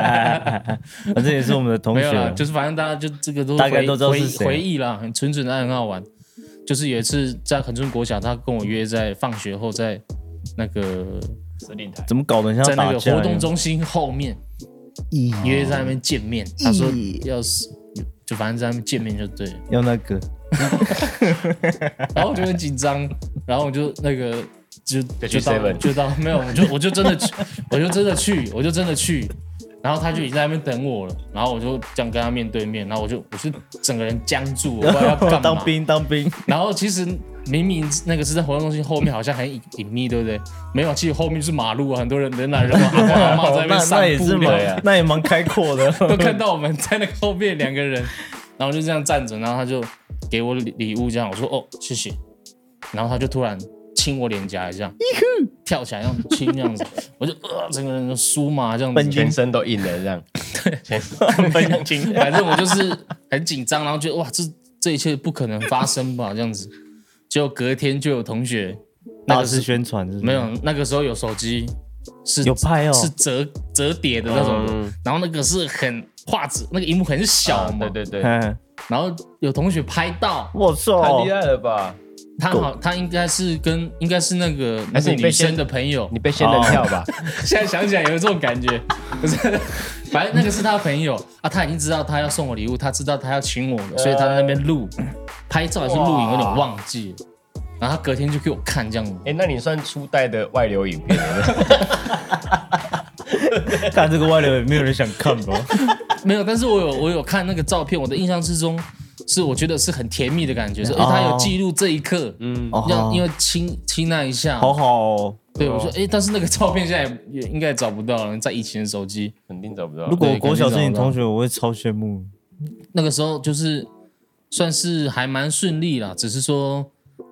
[SPEAKER 2] 反正也是我们的同
[SPEAKER 1] 没有啦，
[SPEAKER 2] 学，啊
[SPEAKER 1] 就是反正大家就这个都
[SPEAKER 2] 大概
[SPEAKER 1] 回
[SPEAKER 2] 都知道是
[SPEAKER 1] 回
[SPEAKER 2] 谁啊
[SPEAKER 1] 回忆啦，很纯纯的很好玩。就是有一次在恒春国小，他跟我约在放学后，在那个
[SPEAKER 3] 司令台，
[SPEAKER 2] 怎么搞得很
[SPEAKER 1] 在
[SPEAKER 2] 像
[SPEAKER 1] 那
[SPEAKER 2] 打
[SPEAKER 1] 个
[SPEAKER 2] 架一
[SPEAKER 1] 活
[SPEAKER 2] 样？
[SPEAKER 1] 动中心后面约在那边见面。他说要是就反正在那边见面就对了，
[SPEAKER 2] 要那个 [laughs]
[SPEAKER 1] 然后我就很紧张，然后我就那个就就
[SPEAKER 3] 就去
[SPEAKER 1] 到
[SPEAKER 3] 7-Eleven
[SPEAKER 1] 就到没有，我就我就真的去， [laughs] 我就真的去，我就真的去，然后他就已经在那边等我了，然后我就这样跟他面对面，然后我就我是整个人僵住，我不知道要
[SPEAKER 2] [laughs]
[SPEAKER 1] 干嘛。
[SPEAKER 2] 当兵
[SPEAKER 1] [laughs]
[SPEAKER 2] 当兵，
[SPEAKER 1] 然后其实明明那个是在活动中心后面，好像很隐隐秘，对不对？没有，其实后面是马路啊，很多人人来人往，阿公阿
[SPEAKER 2] [laughs]
[SPEAKER 1] 妈在那
[SPEAKER 2] 哦那
[SPEAKER 1] 边散
[SPEAKER 2] 那也是
[SPEAKER 1] 步聊
[SPEAKER 3] 嘛对啊
[SPEAKER 2] 蛮那也蛮开阔的。
[SPEAKER 1] [laughs] 都
[SPEAKER 2] [laughs]
[SPEAKER 1] 看到我们在那个后面两个人，然后就这样站着，然后他就给我礼礼物，这样我说哦谢谢，然后他就突然亲我脸颊一
[SPEAKER 2] [laughs]
[SPEAKER 1] 下，跳起来这样亲这样子，我就呃整个人就酥麻这
[SPEAKER 2] [laughs]
[SPEAKER 1] 样
[SPEAKER 2] 本
[SPEAKER 1] 子，
[SPEAKER 3] 全身都硬了
[SPEAKER 1] [laughs]
[SPEAKER 3] 这样，全身
[SPEAKER 2] 分清
[SPEAKER 1] 反正我就是很紧张，然后觉得哇这这一切不可能发生吧这样子，结果隔天就有同学，那
[SPEAKER 2] 那
[SPEAKER 1] 个
[SPEAKER 2] 是
[SPEAKER 1] 是
[SPEAKER 2] 宣传，是不是
[SPEAKER 1] 没有那个时候有手机是
[SPEAKER 2] 有拍哦，
[SPEAKER 1] 是折折叠的那种的，
[SPEAKER 3] 嗯
[SPEAKER 1] 然后那个是很画质那个荧幕很小
[SPEAKER 3] 啊
[SPEAKER 1] 嘛，
[SPEAKER 3] 对对对，
[SPEAKER 2] 嗯，
[SPEAKER 1] 然后有同学拍到
[SPEAKER 2] 我
[SPEAKER 3] 太
[SPEAKER 2] 操
[SPEAKER 3] 厉，害了吧！
[SPEAKER 1] 他好，他应该是跟应该是那个那
[SPEAKER 3] 还是
[SPEAKER 1] 个
[SPEAKER 3] 你被
[SPEAKER 1] 女
[SPEAKER 3] 先
[SPEAKER 1] 生的朋友
[SPEAKER 3] 你。被仙人跳吧？
[SPEAKER 1] [laughs] 现在想起来有这种感觉， [laughs] 不是，反正那个是他朋友啊，他已经知道他要送我礼物，他知道他要请我
[SPEAKER 3] 呃
[SPEAKER 1] 了，所以他在那边录拍照还是录影，有点忘记了。然后他隔天就给我看这样子，
[SPEAKER 3] [laughs] 呃哎，那你算初代的外流影片了，
[SPEAKER 2] 看这个外流也没有人想看
[SPEAKER 1] [laughs]
[SPEAKER 2] 吧？
[SPEAKER 1] 没有，但是我有我有看那个照片，我的印象之中是我觉得是很甜蜜的感觉，是，哎，他有记录这一刻，
[SPEAKER 3] 哦嗯，
[SPEAKER 1] 要因
[SPEAKER 2] 为
[SPEAKER 1] 为亲亲那一下，
[SPEAKER 2] 好好哦，
[SPEAKER 1] 对我说，哎，但是那个照片现在也也应该找不到了，在以前的手机。
[SPEAKER 3] 肯定找不到
[SPEAKER 2] 如。果
[SPEAKER 1] 对
[SPEAKER 2] 我国小
[SPEAKER 1] 肯定
[SPEAKER 2] 是你
[SPEAKER 1] 找得到
[SPEAKER 2] 同学，我会超羡慕。
[SPEAKER 1] 那个时候就是算是还蛮顺利啦，只是说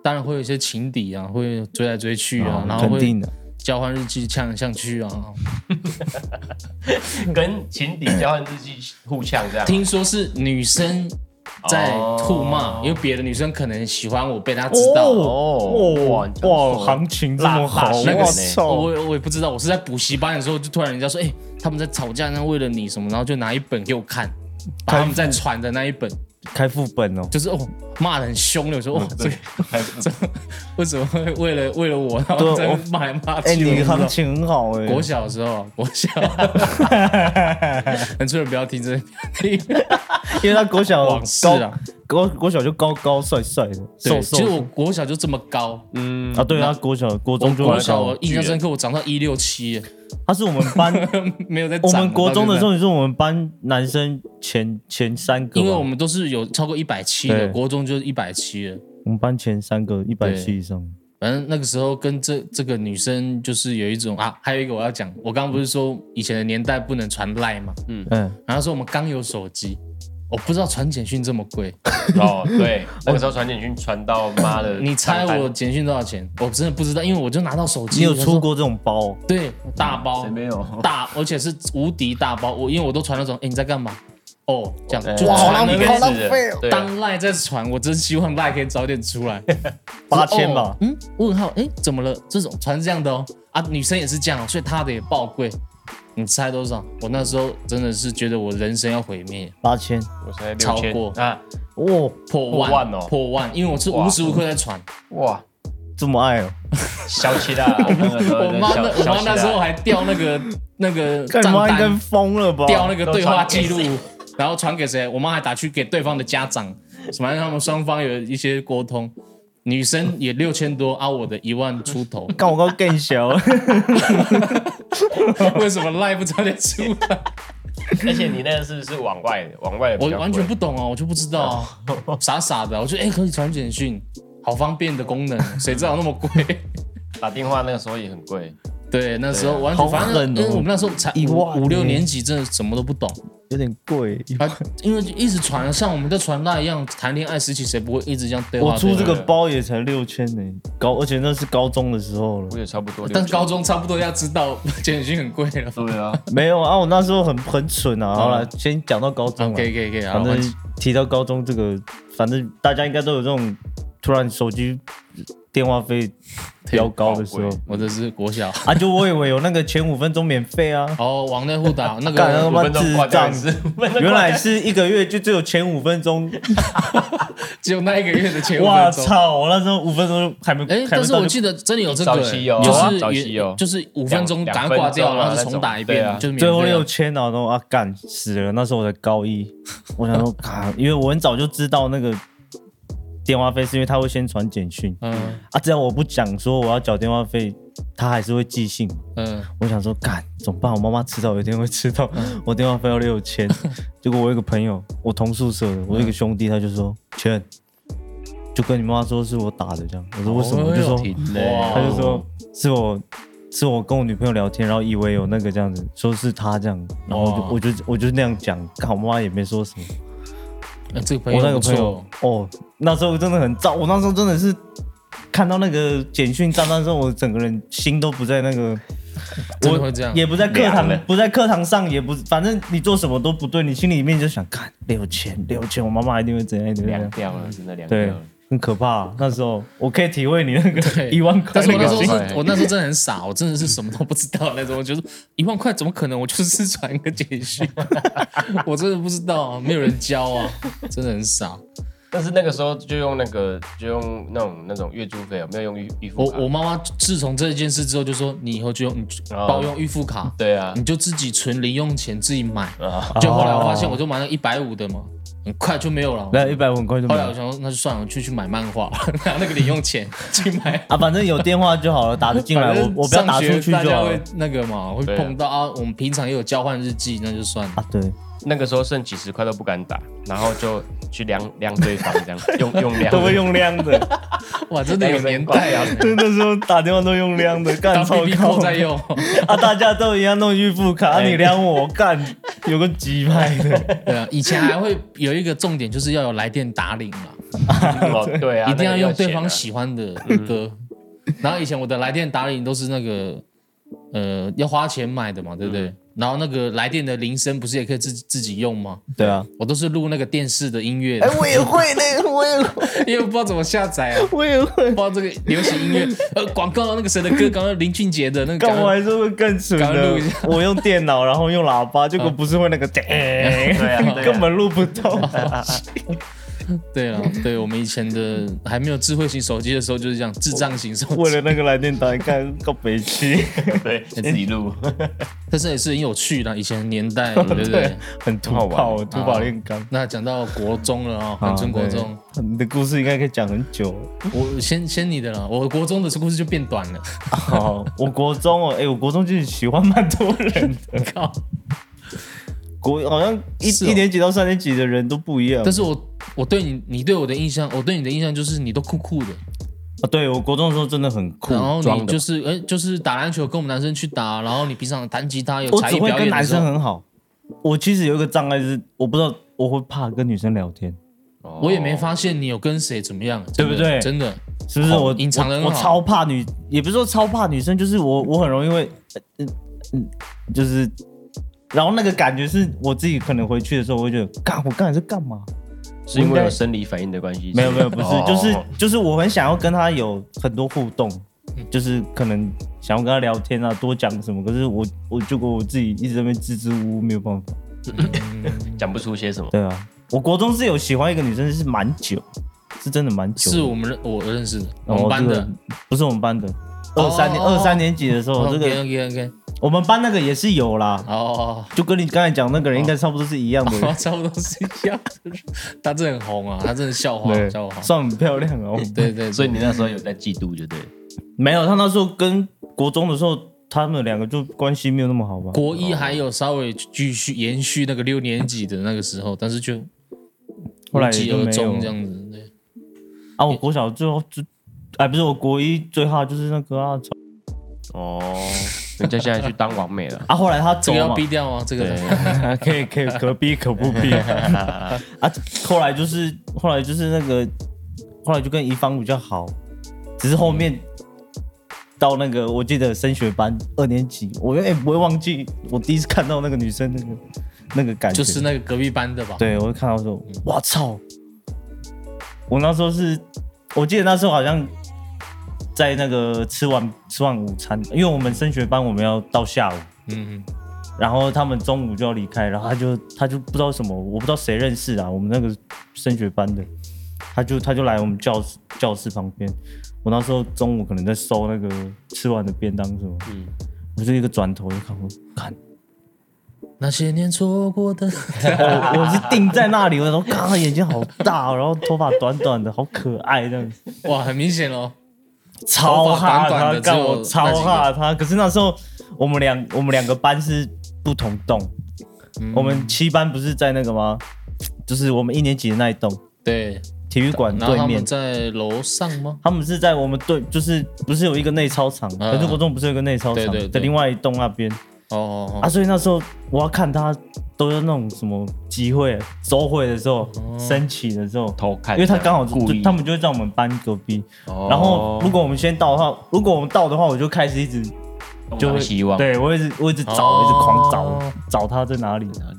[SPEAKER 1] 当然会有一些情敌啊，会追来追去啊，然后
[SPEAKER 2] 哦肯
[SPEAKER 1] 会
[SPEAKER 2] 定的，
[SPEAKER 1] 交换日记呛来呛去啊。
[SPEAKER 3] 跟情敌交换日记互呛这样，
[SPEAKER 1] 听说是女生在互骂，
[SPEAKER 3] 哦
[SPEAKER 1] 因为别的女生可能喜欢我，被她知道。
[SPEAKER 2] 哦
[SPEAKER 3] 哦
[SPEAKER 2] 哇，行情这么好，
[SPEAKER 3] 辣辣
[SPEAKER 1] 那个
[SPEAKER 2] 我
[SPEAKER 3] 谁
[SPEAKER 2] 操！
[SPEAKER 1] 我我也不知道，我是在补习班的时候，就突然人家说，哎、他们在吵架，那为了你什么，然后就拿一本给我看，把他们在传的那一本，
[SPEAKER 2] 开副本哦，
[SPEAKER 1] 就是哦骂的很凶的，我说哦
[SPEAKER 2] 嗯
[SPEAKER 1] 这个
[SPEAKER 3] 还
[SPEAKER 1] [laughs] 这为什么会为了为了我，然
[SPEAKER 2] 对
[SPEAKER 1] 后在那
[SPEAKER 2] 我
[SPEAKER 1] 边骂来骂去？
[SPEAKER 2] 哎，
[SPEAKER 1] 我不
[SPEAKER 2] 你
[SPEAKER 1] 知道
[SPEAKER 2] 行情很好哎，
[SPEAKER 1] 国小的时候，啊国小，很多人不要听这个
[SPEAKER 2] [laughs] 因为他国小
[SPEAKER 1] 往事啊。
[SPEAKER 2] 高国国小就高高帅帅的，
[SPEAKER 1] 对，
[SPEAKER 2] 瘦
[SPEAKER 1] 其
[SPEAKER 2] 瘦
[SPEAKER 1] 实
[SPEAKER 2] 的
[SPEAKER 1] 我国小就这么高，
[SPEAKER 3] 嗯
[SPEAKER 2] 啊，对啊，他国小国
[SPEAKER 1] 我
[SPEAKER 2] 中就
[SPEAKER 1] 国
[SPEAKER 2] 很
[SPEAKER 1] 小
[SPEAKER 2] 高
[SPEAKER 1] 我印象深刻，我长到一六七，
[SPEAKER 2] 他是我们班，
[SPEAKER 1] [laughs] 没有在
[SPEAKER 2] 我
[SPEAKER 1] 长
[SPEAKER 2] 们国中的时
[SPEAKER 1] 候，
[SPEAKER 2] 候，你是我们班男生前前三个
[SPEAKER 1] 因
[SPEAKER 2] 吧，
[SPEAKER 1] 为我们都是有超过一百七的，
[SPEAKER 2] 对
[SPEAKER 1] 国中就是一百七了。
[SPEAKER 2] 我们班前三个一百七以上，
[SPEAKER 1] 反正那个时候跟这这个女生就是有一种啊，还有一个我要讲，我刚刚不是说以前的年代不能传赖嘛，
[SPEAKER 2] 嗯，
[SPEAKER 1] 然后说我们刚有手机，我不知道传简讯这么贵，
[SPEAKER 3] 哦，对，那个时候传简讯传到妈的，
[SPEAKER 1] 你猜我简讯多少钱？我真的不知道，因为我就拿到手机，
[SPEAKER 2] 你有
[SPEAKER 1] 我就说
[SPEAKER 2] 出过这种包哦？
[SPEAKER 1] 对，大包，
[SPEAKER 3] 有？
[SPEAKER 1] 大，而且是无敌大包。我因为我都传那种，哎、你在干嘛？哦，这样就
[SPEAKER 3] 哎哇，好
[SPEAKER 1] 传
[SPEAKER 3] 浪
[SPEAKER 1] 那
[SPEAKER 3] 费，
[SPEAKER 1] 个。
[SPEAKER 3] 好浪费哦！
[SPEAKER 1] 当赖在传，我真希望赖可以早点出来。
[SPEAKER 2] 哎八千
[SPEAKER 1] 哦
[SPEAKER 2] 吧，
[SPEAKER 1] 嗯，问号，哎、怎么了？这种传这样的哦，啊，女生也是这样哦，所以她的也爆贵。你猜多少？我那时候真的是觉得我人生要毁灭，
[SPEAKER 2] 八千，
[SPEAKER 3] 我才
[SPEAKER 1] 超
[SPEAKER 3] 六千
[SPEAKER 1] 过
[SPEAKER 3] 啊！
[SPEAKER 2] 哇，
[SPEAKER 1] 破
[SPEAKER 3] 破
[SPEAKER 1] 万，
[SPEAKER 3] 万哦
[SPEAKER 1] 破万，因为我是
[SPEAKER 3] 哇嗯
[SPEAKER 1] 无时无刻在传。
[SPEAKER 3] 哇，
[SPEAKER 2] 这么爱哦，
[SPEAKER 3] 小气
[SPEAKER 1] [laughs]
[SPEAKER 3] 啦！那个时候
[SPEAKER 1] 我妈那我妈那时候
[SPEAKER 3] 小
[SPEAKER 1] 还调那
[SPEAKER 3] [laughs]
[SPEAKER 1] 个那个
[SPEAKER 2] 干
[SPEAKER 1] 账
[SPEAKER 2] 你妈应该
[SPEAKER 1] 单，
[SPEAKER 2] 疯了吧？，
[SPEAKER 1] 调那个对话记录
[SPEAKER 3] 都传给谁，
[SPEAKER 1] 然后传给谁？我妈还打去给对方的家长，什么让他们双方有一些沟通。女生也六千多啊，我的一万出
[SPEAKER 3] [laughs]
[SPEAKER 1] 头
[SPEAKER 2] 干我刚更小，
[SPEAKER 1] 为什么赖不早点出
[SPEAKER 3] [laughs]
[SPEAKER 1] 来？
[SPEAKER 3] 气啦，而且你那个是是往外的，往外的比
[SPEAKER 1] 我
[SPEAKER 3] 较贵，
[SPEAKER 1] 完全不懂哦，我就不知道
[SPEAKER 3] [laughs]
[SPEAKER 1] 哦，傻傻的，我觉得哎、可以传简讯，好方便的功
[SPEAKER 3] [laughs]
[SPEAKER 1] 能，谁知道那么贵？
[SPEAKER 3] 打电话，那个时候也很贵，
[SPEAKER 1] 对，那时候
[SPEAKER 3] 啊
[SPEAKER 1] 完全
[SPEAKER 2] 好
[SPEAKER 1] 反
[SPEAKER 2] 狠
[SPEAKER 1] 正
[SPEAKER 2] 哦
[SPEAKER 1] 因为我们那时候才
[SPEAKER 2] 一万
[SPEAKER 1] 五五六
[SPEAKER 2] 耶
[SPEAKER 1] 年级，真的什么都不懂。
[SPEAKER 2] 有点贵。
[SPEAKER 1] 啊，因为一直传，像我们在传那一样，谈恋爱时期谁不会一直这样对话？
[SPEAKER 2] 我出
[SPEAKER 1] 对
[SPEAKER 2] 这
[SPEAKER 1] 吧
[SPEAKER 2] 个包也才六千呢，高，而且那是高中的时候了。
[SPEAKER 3] 我也差不多。
[SPEAKER 1] 但高中差不多要知道，简讯很贵了。
[SPEAKER 3] 对啊，
[SPEAKER 2] 没有啊，我那时候很很蠢啊。好了，先讲到高
[SPEAKER 1] [laughs]
[SPEAKER 2] 中
[SPEAKER 1] 嗯，
[SPEAKER 2] 了
[SPEAKER 1] 可，以可以可以，好
[SPEAKER 2] 反
[SPEAKER 1] 完
[SPEAKER 2] 正提到高中这个，反正大家应该都有这种突然手机电话费飙高的时候
[SPEAKER 3] 爆贵
[SPEAKER 1] 我这是国小，
[SPEAKER 2] 啊，就我以为有那个前五分钟免费啊，
[SPEAKER 1] 哦，往内互打那
[SPEAKER 2] 干他
[SPEAKER 1] 个
[SPEAKER 2] 妈
[SPEAKER 3] 五分钟挂
[SPEAKER 2] 智
[SPEAKER 3] 掉
[SPEAKER 2] 障
[SPEAKER 3] 一次，
[SPEAKER 2] 原来是一个月就只有前五分钟，
[SPEAKER 1] 只有那一个月的钱，
[SPEAKER 2] 哇
[SPEAKER 1] 我走。
[SPEAKER 2] 操！我那时候五分钟还没，
[SPEAKER 1] 哎，
[SPEAKER 2] 还
[SPEAKER 1] 但
[SPEAKER 2] 没
[SPEAKER 1] 是
[SPEAKER 2] 到
[SPEAKER 1] 我
[SPEAKER 2] 就
[SPEAKER 1] 记得真的有这个，
[SPEAKER 3] 早期有
[SPEAKER 1] 就
[SPEAKER 3] 有啊
[SPEAKER 1] 是
[SPEAKER 3] 早
[SPEAKER 1] 也
[SPEAKER 3] 期有
[SPEAKER 1] 就是五分钟
[SPEAKER 3] 两
[SPEAKER 1] 赶快挂掉，然
[SPEAKER 3] 两分钟啊
[SPEAKER 1] 后就重打一
[SPEAKER 3] 那
[SPEAKER 1] 遍，
[SPEAKER 3] 种
[SPEAKER 1] 就是免费
[SPEAKER 2] 最
[SPEAKER 1] 啊
[SPEAKER 2] 后六千啊，然后啊干 [laughs] 死了，那时候我才高一，我想说啊，因为我很早就知道那个电话费，是因为他会先传简讯
[SPEAKER 1] 嗯
[SPEAKER 2] 啊，只要我不讲说我要缴电话费，他还是会寄信。
[SPEAKER 1] 嗯，
[SPEAKER 2] 我想说，干怎么办？我妈妈迟早有一天会知道 [laughs] 我电话费要六千。 [laughs] 结果我有一个朋友，我同宿舍的，我有一个兄弟，他就说钱，就跟你妈妈说是我打的这样。我说为什么？
[SPEAKER 1] 哦
[SPEAKER 2] 我就说
[SPEAKER 3] 哦
[SPEAKER 1] 哇
[SPEAKER 2] 他就
[SPEAKER 1] 哦
[SPEAKER 2] 说是我是我跟我女朋友聊天，然后以为有那个这样子，说是他这样，然后
[SPEAKER 1] 哇
[SPEAKER 2] 我就我就我就那样讲，干我妈也没说什么。
[SPEAKER 1] 哎这个朋
[SPEAKER 2] 我那
[SPEAKER 1] 友
[SPEAKER 2] 个
[SPEAKER 1] 不
[SPEAKER 2] 朋友
[SPEAKER 1] 错，
[SPEAKER 2] 哦，那时候真的很燥，我那时候真的是看到那个简讯炸弹之后，我整个人心都不在那个，
[SPEAKER 1] 真的会这样
[SPEAKER 2] 也不在课
[SPEAKER 3] 凉
[SPEAKER 2] 堂
[SPEAKER 3] 了，
[SPEAKER 2] 不在课堂上，也不反正你做什么都不对，你心里面就想看六千六千，我妈妈一定会怎样一定会怎
[SPEAKER 3] 凉
[SPEAKER 2] 样，
[SPEAKER 3] 掉了，真的凉掉
[SPEAKER 2] 对
[SPEAKER 3] 了。，
[SPEAKER 2] 很可怕、啊那时候我可以体会你那个
[SPEAKER 1] 对
[SPEAKER 2] 一万块
[SPEAKER 1] [laughs] 但是
[SPEAKER 2] 那
[SPEAKER 1] 我那
[SPEAKER 2] 个哎
[SPEAKER 1] 时候
[SPEAKER 2] 心
[SPEAKER 1] 是
[SPEAKER 3] 对
[SPEAKER 1] 我那时候真的很傻，我真的是什么都不知道那种，我觉得一万块怎么可能？我就是 [laughs] 传一个简讯，我真的不知道啊，没有人教啊，真的很傻。
[SPEAKER 3] 但是那个时候就用那个，就用那种那种月租费，没有用预预付
[SPEAKER 1] 我
[SPEAKER 2] 啊
[SPEAKER 3] 卡。
[SPEAKER 1] 我妈妈自从这件事之后就说，你以后就用你
[SPEAKER 3] 哦
[SPEAKER 1] 包用预付卡，
[SPEAKER 3] 对啊
[SPEAKER 1] 你，就自己存零用钱自己买。
[SPEAKER 2] 哦
[SPEAKER 3] 啊，
[SPEAKER 1] 就后来我发现，我就买了一百五的嘛，很快就没有了。
[SPEAKER 2] 那一百五很快就没
[SPEAKER 1] 后来我
[SPEAKER 2] 了。
[SPEAKER 1] 想说，那就算了，我去去买漫画， [laughs] 拿那个零用钱去买。
[SPEAKER 2] 啊，反正有电话就好了，打得进来，
[SPEAKER 1] 反
[SPEAKER 2] 我
[SPEAKER 1] 正
[SPEAKER 2] 我不要打
[SPEAKER 1] 上
[SPEAKER 2] 出
[SPEAKER 1] 学
[SPEAKER 2] 去就
[SPEAKER 1] 大家
[SPEAKER 2] 好了
[SPEAKER 1] 会。那个嘛，会
[SPEAKER 3] 对啊
[SPEAKER 1] 碰到啊。我们平常也有交换日记，那就算了。
[SPEAKER 2] [laughs] 啊，对，
[SPEAKER 3] 那个时候剩几十块都不敢打，然后就去量量对方这样，用用量
[SPEAKER 2] 都会用量的，
[SPEAKER 1] 哇，真的有年代啊！
[SPEAKER 2] [laughs] 对，那时候打电话都用量的，干
[SPEAKER 1] 当
[SPEAKER 2] 超
[SPEAKER 1] B B
[SPEAKER 2] 高
[SPEAKER 1] 扣在用，
[SPEAKER 2] 啊，大家都一样弄预付卡，啊你量我干，有个鸡
[SPEAKER 1] [laughs]
[SPEAKER 2] 派的，
[SPEAKER 1] 对啊。以前还会有一个重点，就是要有来电打铃啊，
[SPEAKER 2] [laughs]
[SPEAKER 3] 哦，对啊，
[SPEAKER 1] 一定
[SPEAKER 3] 那
[SPEAKER 1] 要
[SPEAKER 3] 个
[SPEAKER 1] 用对
[SPEAKER 3] 钱
[SPEAKER 1] 方
[SPEAKER 3] 啊
[SPEAKER 1] 喜欢的歌。然后以前我的来电打铃都是那个呃要花钱买的嘛，对不对？
[SPEAKER 2] 嗯
[SPEAKER 1] 然后那个来电的铃声不是也可以自己自己用吗？
[SPEAKER 2] 对啊，
[SPEAKER 1] 我都是录那个电视的音乐的
[SPEAKER 2] 哎，我也会呢，我也
[SPEAKER 1] [laughs] 因为我不知道怎么下载啊，
[SPEAKER 2] 我也
[SPEAKER 1] 不
[SPEAKER 2] 会
[SPEAKER 1] 知，道这个流行音乐，呃，广告那个谁的歌，刚刚林俊杰的那个
[SPEAKER 2] 干
[SPEAKER 1] 赶
[SPEAKER 2] 我
[SPEAKER 1] 快，
[SPEAKER 2] 还是会更蠢
[SPEAKER 1] 赶快
[SPEAKER 2] 的
[SPEAKER 1] 录一下，
[SPEAKER 2] 我用电脑，然后用喇叭，结果不是会那个，
[SPEAKER 3] 对啊对啊
[SPEAKER 2] 根本录不到，
[SPEAKER 1] 对啊，对我们以前的还没有智慧型手机的时候就是这样，智障型手
[SPEAKER 2] 为
[SPEAKER 1] 机，
[SPEAKER 2] 了那个来电打，干够北屈，
[SPEAKER 3] 对，自己录。
[SPEAKER 1] 但是也是很有趣的，以前的年代，对不对？
[SPEAKER 2] [laughs] 很土
[SPEAKER 3] 好玩
[SPEAKER 2] 炮，土
[SPEAKER 1] 好
[SPEAKER 2] 炮炼钢。
[SPEAKER 1] 那讲到国中了啊，
[SPEAKER 2] 啊
[SPEAKER 1] 恒春国中，，
[SPEAKER 2] 对你的故事应该可以讲很久。
[SPEAKER 1] 我先先你的了，我国中的故事就变短了，
[SPEAKER 2] 好，我国中哦，哎、我国中就是喜欢蛮多人的，
[SPEAKER 1] [laughs] 靠！
[SPEAKER 2] 国好像一、
[SPEAKER 1] 是哦
[SPEAKER 2] 一年级到三年级的人都不一样。
[SPEAKER 1] 但是我我对你，你对我的印象，我对你的印象就是你都酷酷的，
[SPEAKER 2] 啊，对我国中的时候真的很酷，
[SPEAKER 1] 然后
[SPEAKER 2] 装
[SPEAKER 1] 你
[SPEAKER 2] 的
[SPEAKER 1] 就是哎，就是打篮球跟我们男生去打，然后你平常弹吉他有
[SPEAKER 2] 我
[SPEAKER 1] 才
[SPEAKER 2] 只
[SPEAKER 1] 艺
[SPEAKER 2] 会
[SPEAKER 1] 表
[SPEAKER 2] 跟
[SPEAKER 1] 演
[SPEAKER 2] 男
[SPEAKER 1] 的时候
[SPEAKER 2] 生。很好。我其实有一个障碍是，我不知道我会怕跟女生聊天，
[SPEAKER 1] 我也
[SPEAKER 3] 哦
[SPEAKER 1] 没发现你有跟谁怎么样，真的
[SPEAKER 2] 对不对
[SPEAKER 1] 真的，
[SPEAKER 2] 是不是
[SPEAKER 1] 哦
[SPEAKER 2] 我？
[SPEAKER 1] 隐藏得很
[SPEAKER 2] 我我
[SPEAKER 1] 好
[SPEAKER 2] 超怕女，也不是说超怕女生，就是我我很容易会，呃嗯嗯，就是，然后那个感觉是我自己可能回去的时候，我会觉得，干我刚才是干嘛？
[SPEAKER 3] 是因为
[SPEAKER 2] 应该
[SPEAKER 3] 有生理反应的关系？
[SPEAKER 2] 没有没有，不是，
[SPEAKER 3] 哦
[SPEAKER 2] 就是就是我很想要跟他有很多互动，
[SPEAKER 1] 嗯
[SPEAKER 2] 就是可能想要跟他聊天啊，多讲什么。可是我我结果我自己一直在那边支支吾吾，没有办法。
[SPEAKER 3] 讲不出些什么。
[SPEAKER 2] 对啊，我国中是有喜欢一个女生，是蛮久，是真的蛮久的。
[SPEAKER 1] 是我们认我认识的，我
[SPEAKER 2] 然后
[SPEAKER 1] 们班
[SPEAKER 2] 这个
[SPEAKER 1] 的。
[SPEAKER 2] 不是我们班的。
[SPEAKER 1] 哦
[SPEAKER 2] 二三年，
[SPEAKER 1] 哦哦
[SPEAKER 2] 二三年级的时候，这
[SPEAKER 1] OK
[SPEAKER 2] 个
[SPEAKER 1] OK OK，
[SPEAKER 2] 我们班那个也是有啦，
[SPEAKER 1] 哦，
[SPEAKER 2] 就跟你刚才讲那个人应该差不多是一样的人，
[SPEAKER 1] [laughs] 差不多是一样的。他真的很红啊，他真的校花
[SPEAKER 2] 对
[SPEAKER 1] 校花，。
[SPEAKER 2] 算很漂亮啊。我们
[SPEAKER 1] 对对，
[SPEAKER 3] 所
[SPEAKER 1] 以
[SPEAKER 3] 以你那时候有在嫉妒，就对了。
[SPEAKER 2] 没有，他那时候跟国中的时候，他们两个就关系没有那么好吧？
[SPEAKER 1] 国一还有稍微继续延续那个六年级的那个时候，但是就
[SPEAKER 2] 后来
[SPEAKER 1] 无疾
[SPEAKER 2] 也就
[SPEAKER 1] 而
[SPEAKER 2] 没有
[SPEAKER 1] 终
[SPEAKER 2] 了
[SPEAKER 1] 这样子。对，
[SPEAKER 2] 啊，我国小最后最，哎，不是我国一最怕就是那个啊，操
[SPEAKER 3] 哦，人家现在去当王美
[SPEAKER 2] [laughs]。
[SPEAKER 3] 了
[SPEAKER 2] 啊，后来他走
[SPEAKER 1] 这个要
[SPEAKER 2] 嘛，
[SPEAKER 1] 逼掉啊吗？这个
[SPEAKER 3] 对，
[SPEAKER 2] 可以可以，可逼可不
[SPEAKER 1] [laughs]
[SPEAKER 2] 逼啊，后来就是后来就是那个，后来就跟怡芳比较好，只是后面到那个我记得升学班二年级，我永远不会忘记我第一次看到那个女生那个那个感觉，
[SPEAKER 1] 就是那个隔壁班的吧？
[SPEAKER 2] 对，我就看到说，哇操！我那时候是，我记得那时候好像在那个吃完吃完午餐，因为我们升学班我们要到下午，
[SPEAKER 1] 嗯，嗯，
[SPEAKER 2] 然后他们中午就要离开，然后他就他就不知道什么，我不知道谁认识啊，我们那个升学班的，他就他就来我们教室教室旁边，我那时候中午可能在收那个吃完的便当什么，
[SPEAKER 3] 嗯
[SPEAKER 2] 我就一个转头就看我看，
[SPEAKER 1] 那些年错过的， [laughs]
[SPEAKER 2] 哦我我是定在那里，我说，嘎，眼睛好大哦，然后头发短短的，好可爱这样子，
[SPEAKER 1] 哇，很明显哦。
[SPEAKER 2] 超
[SPEAKER 1] 头发短
[SPEAKER 2] 哈
[SPEAKER 1] 短
[SPEAKER 2] 他，
[SPEAKER 1] 的
[SPEAKER 2] 干
[SPEAKER 1] 只有
[SPEAKER 2] 我超哈他。可是那时候我们两我们两个班是不同栋，
[SPEAKER 1] 嗯
[SPEAKER 2] 我们七班不是在那个吗？就是我们一年级的那一栋
[SPEAKER 1] 对，
[SPEAKER 2] 体育馆
[SPEAKER 1] 然后
[SPEAKER 2] 对
[SPEAKER 1] 他
[SPEAKER 2] 面
[SPEAKER 1] 们，在楼上吗？
[SPEAKER 2] 他们是在我们对，就是不是有一个内操场？
[SPEAKER 1] 嗯
[SPEAKER 2] 可是国中不是有一个内操
[SPEAKER 1] 对
[SPEAKER 2] 场
[SPEAKER 1] 对对
[SPEAKER 2] 在另外一栋那边
[SPEAKER 1] 哦哦
[SPEAKER 2] 啊？
[SPEAKER 1] 哦，
[SPEAKER 2] 所以那时候我要看他都是那种什么集会、周会的时候、
[SPEAKER 1] 哦
[SPEAKER 2] 升旗的时候，
[SPEAKER 3] 偷看
[SPEAKER 2] 因为他刚好
[SPEAKER 3] 故
[SPEAKER 2] 就
[SPEAKER 3] 意，
[SPEAKER 2] 他们就会在我们班隔壁。
[SPEAKER 3] 哦
[SPEAKER 2] 然后如果我们先到的话，如果我们到的话，我就开始一直就
[SPEAKER 3] 就
[SPEAKER 2] 会
[SPEAKER 3] 会希望
[SPEAKER 2] 对我一直我一直找，
[SPEAKER 1] 哦
[SPEAKER 2] 一直狂找找他在哪里
[SPEAKER 3] 哪里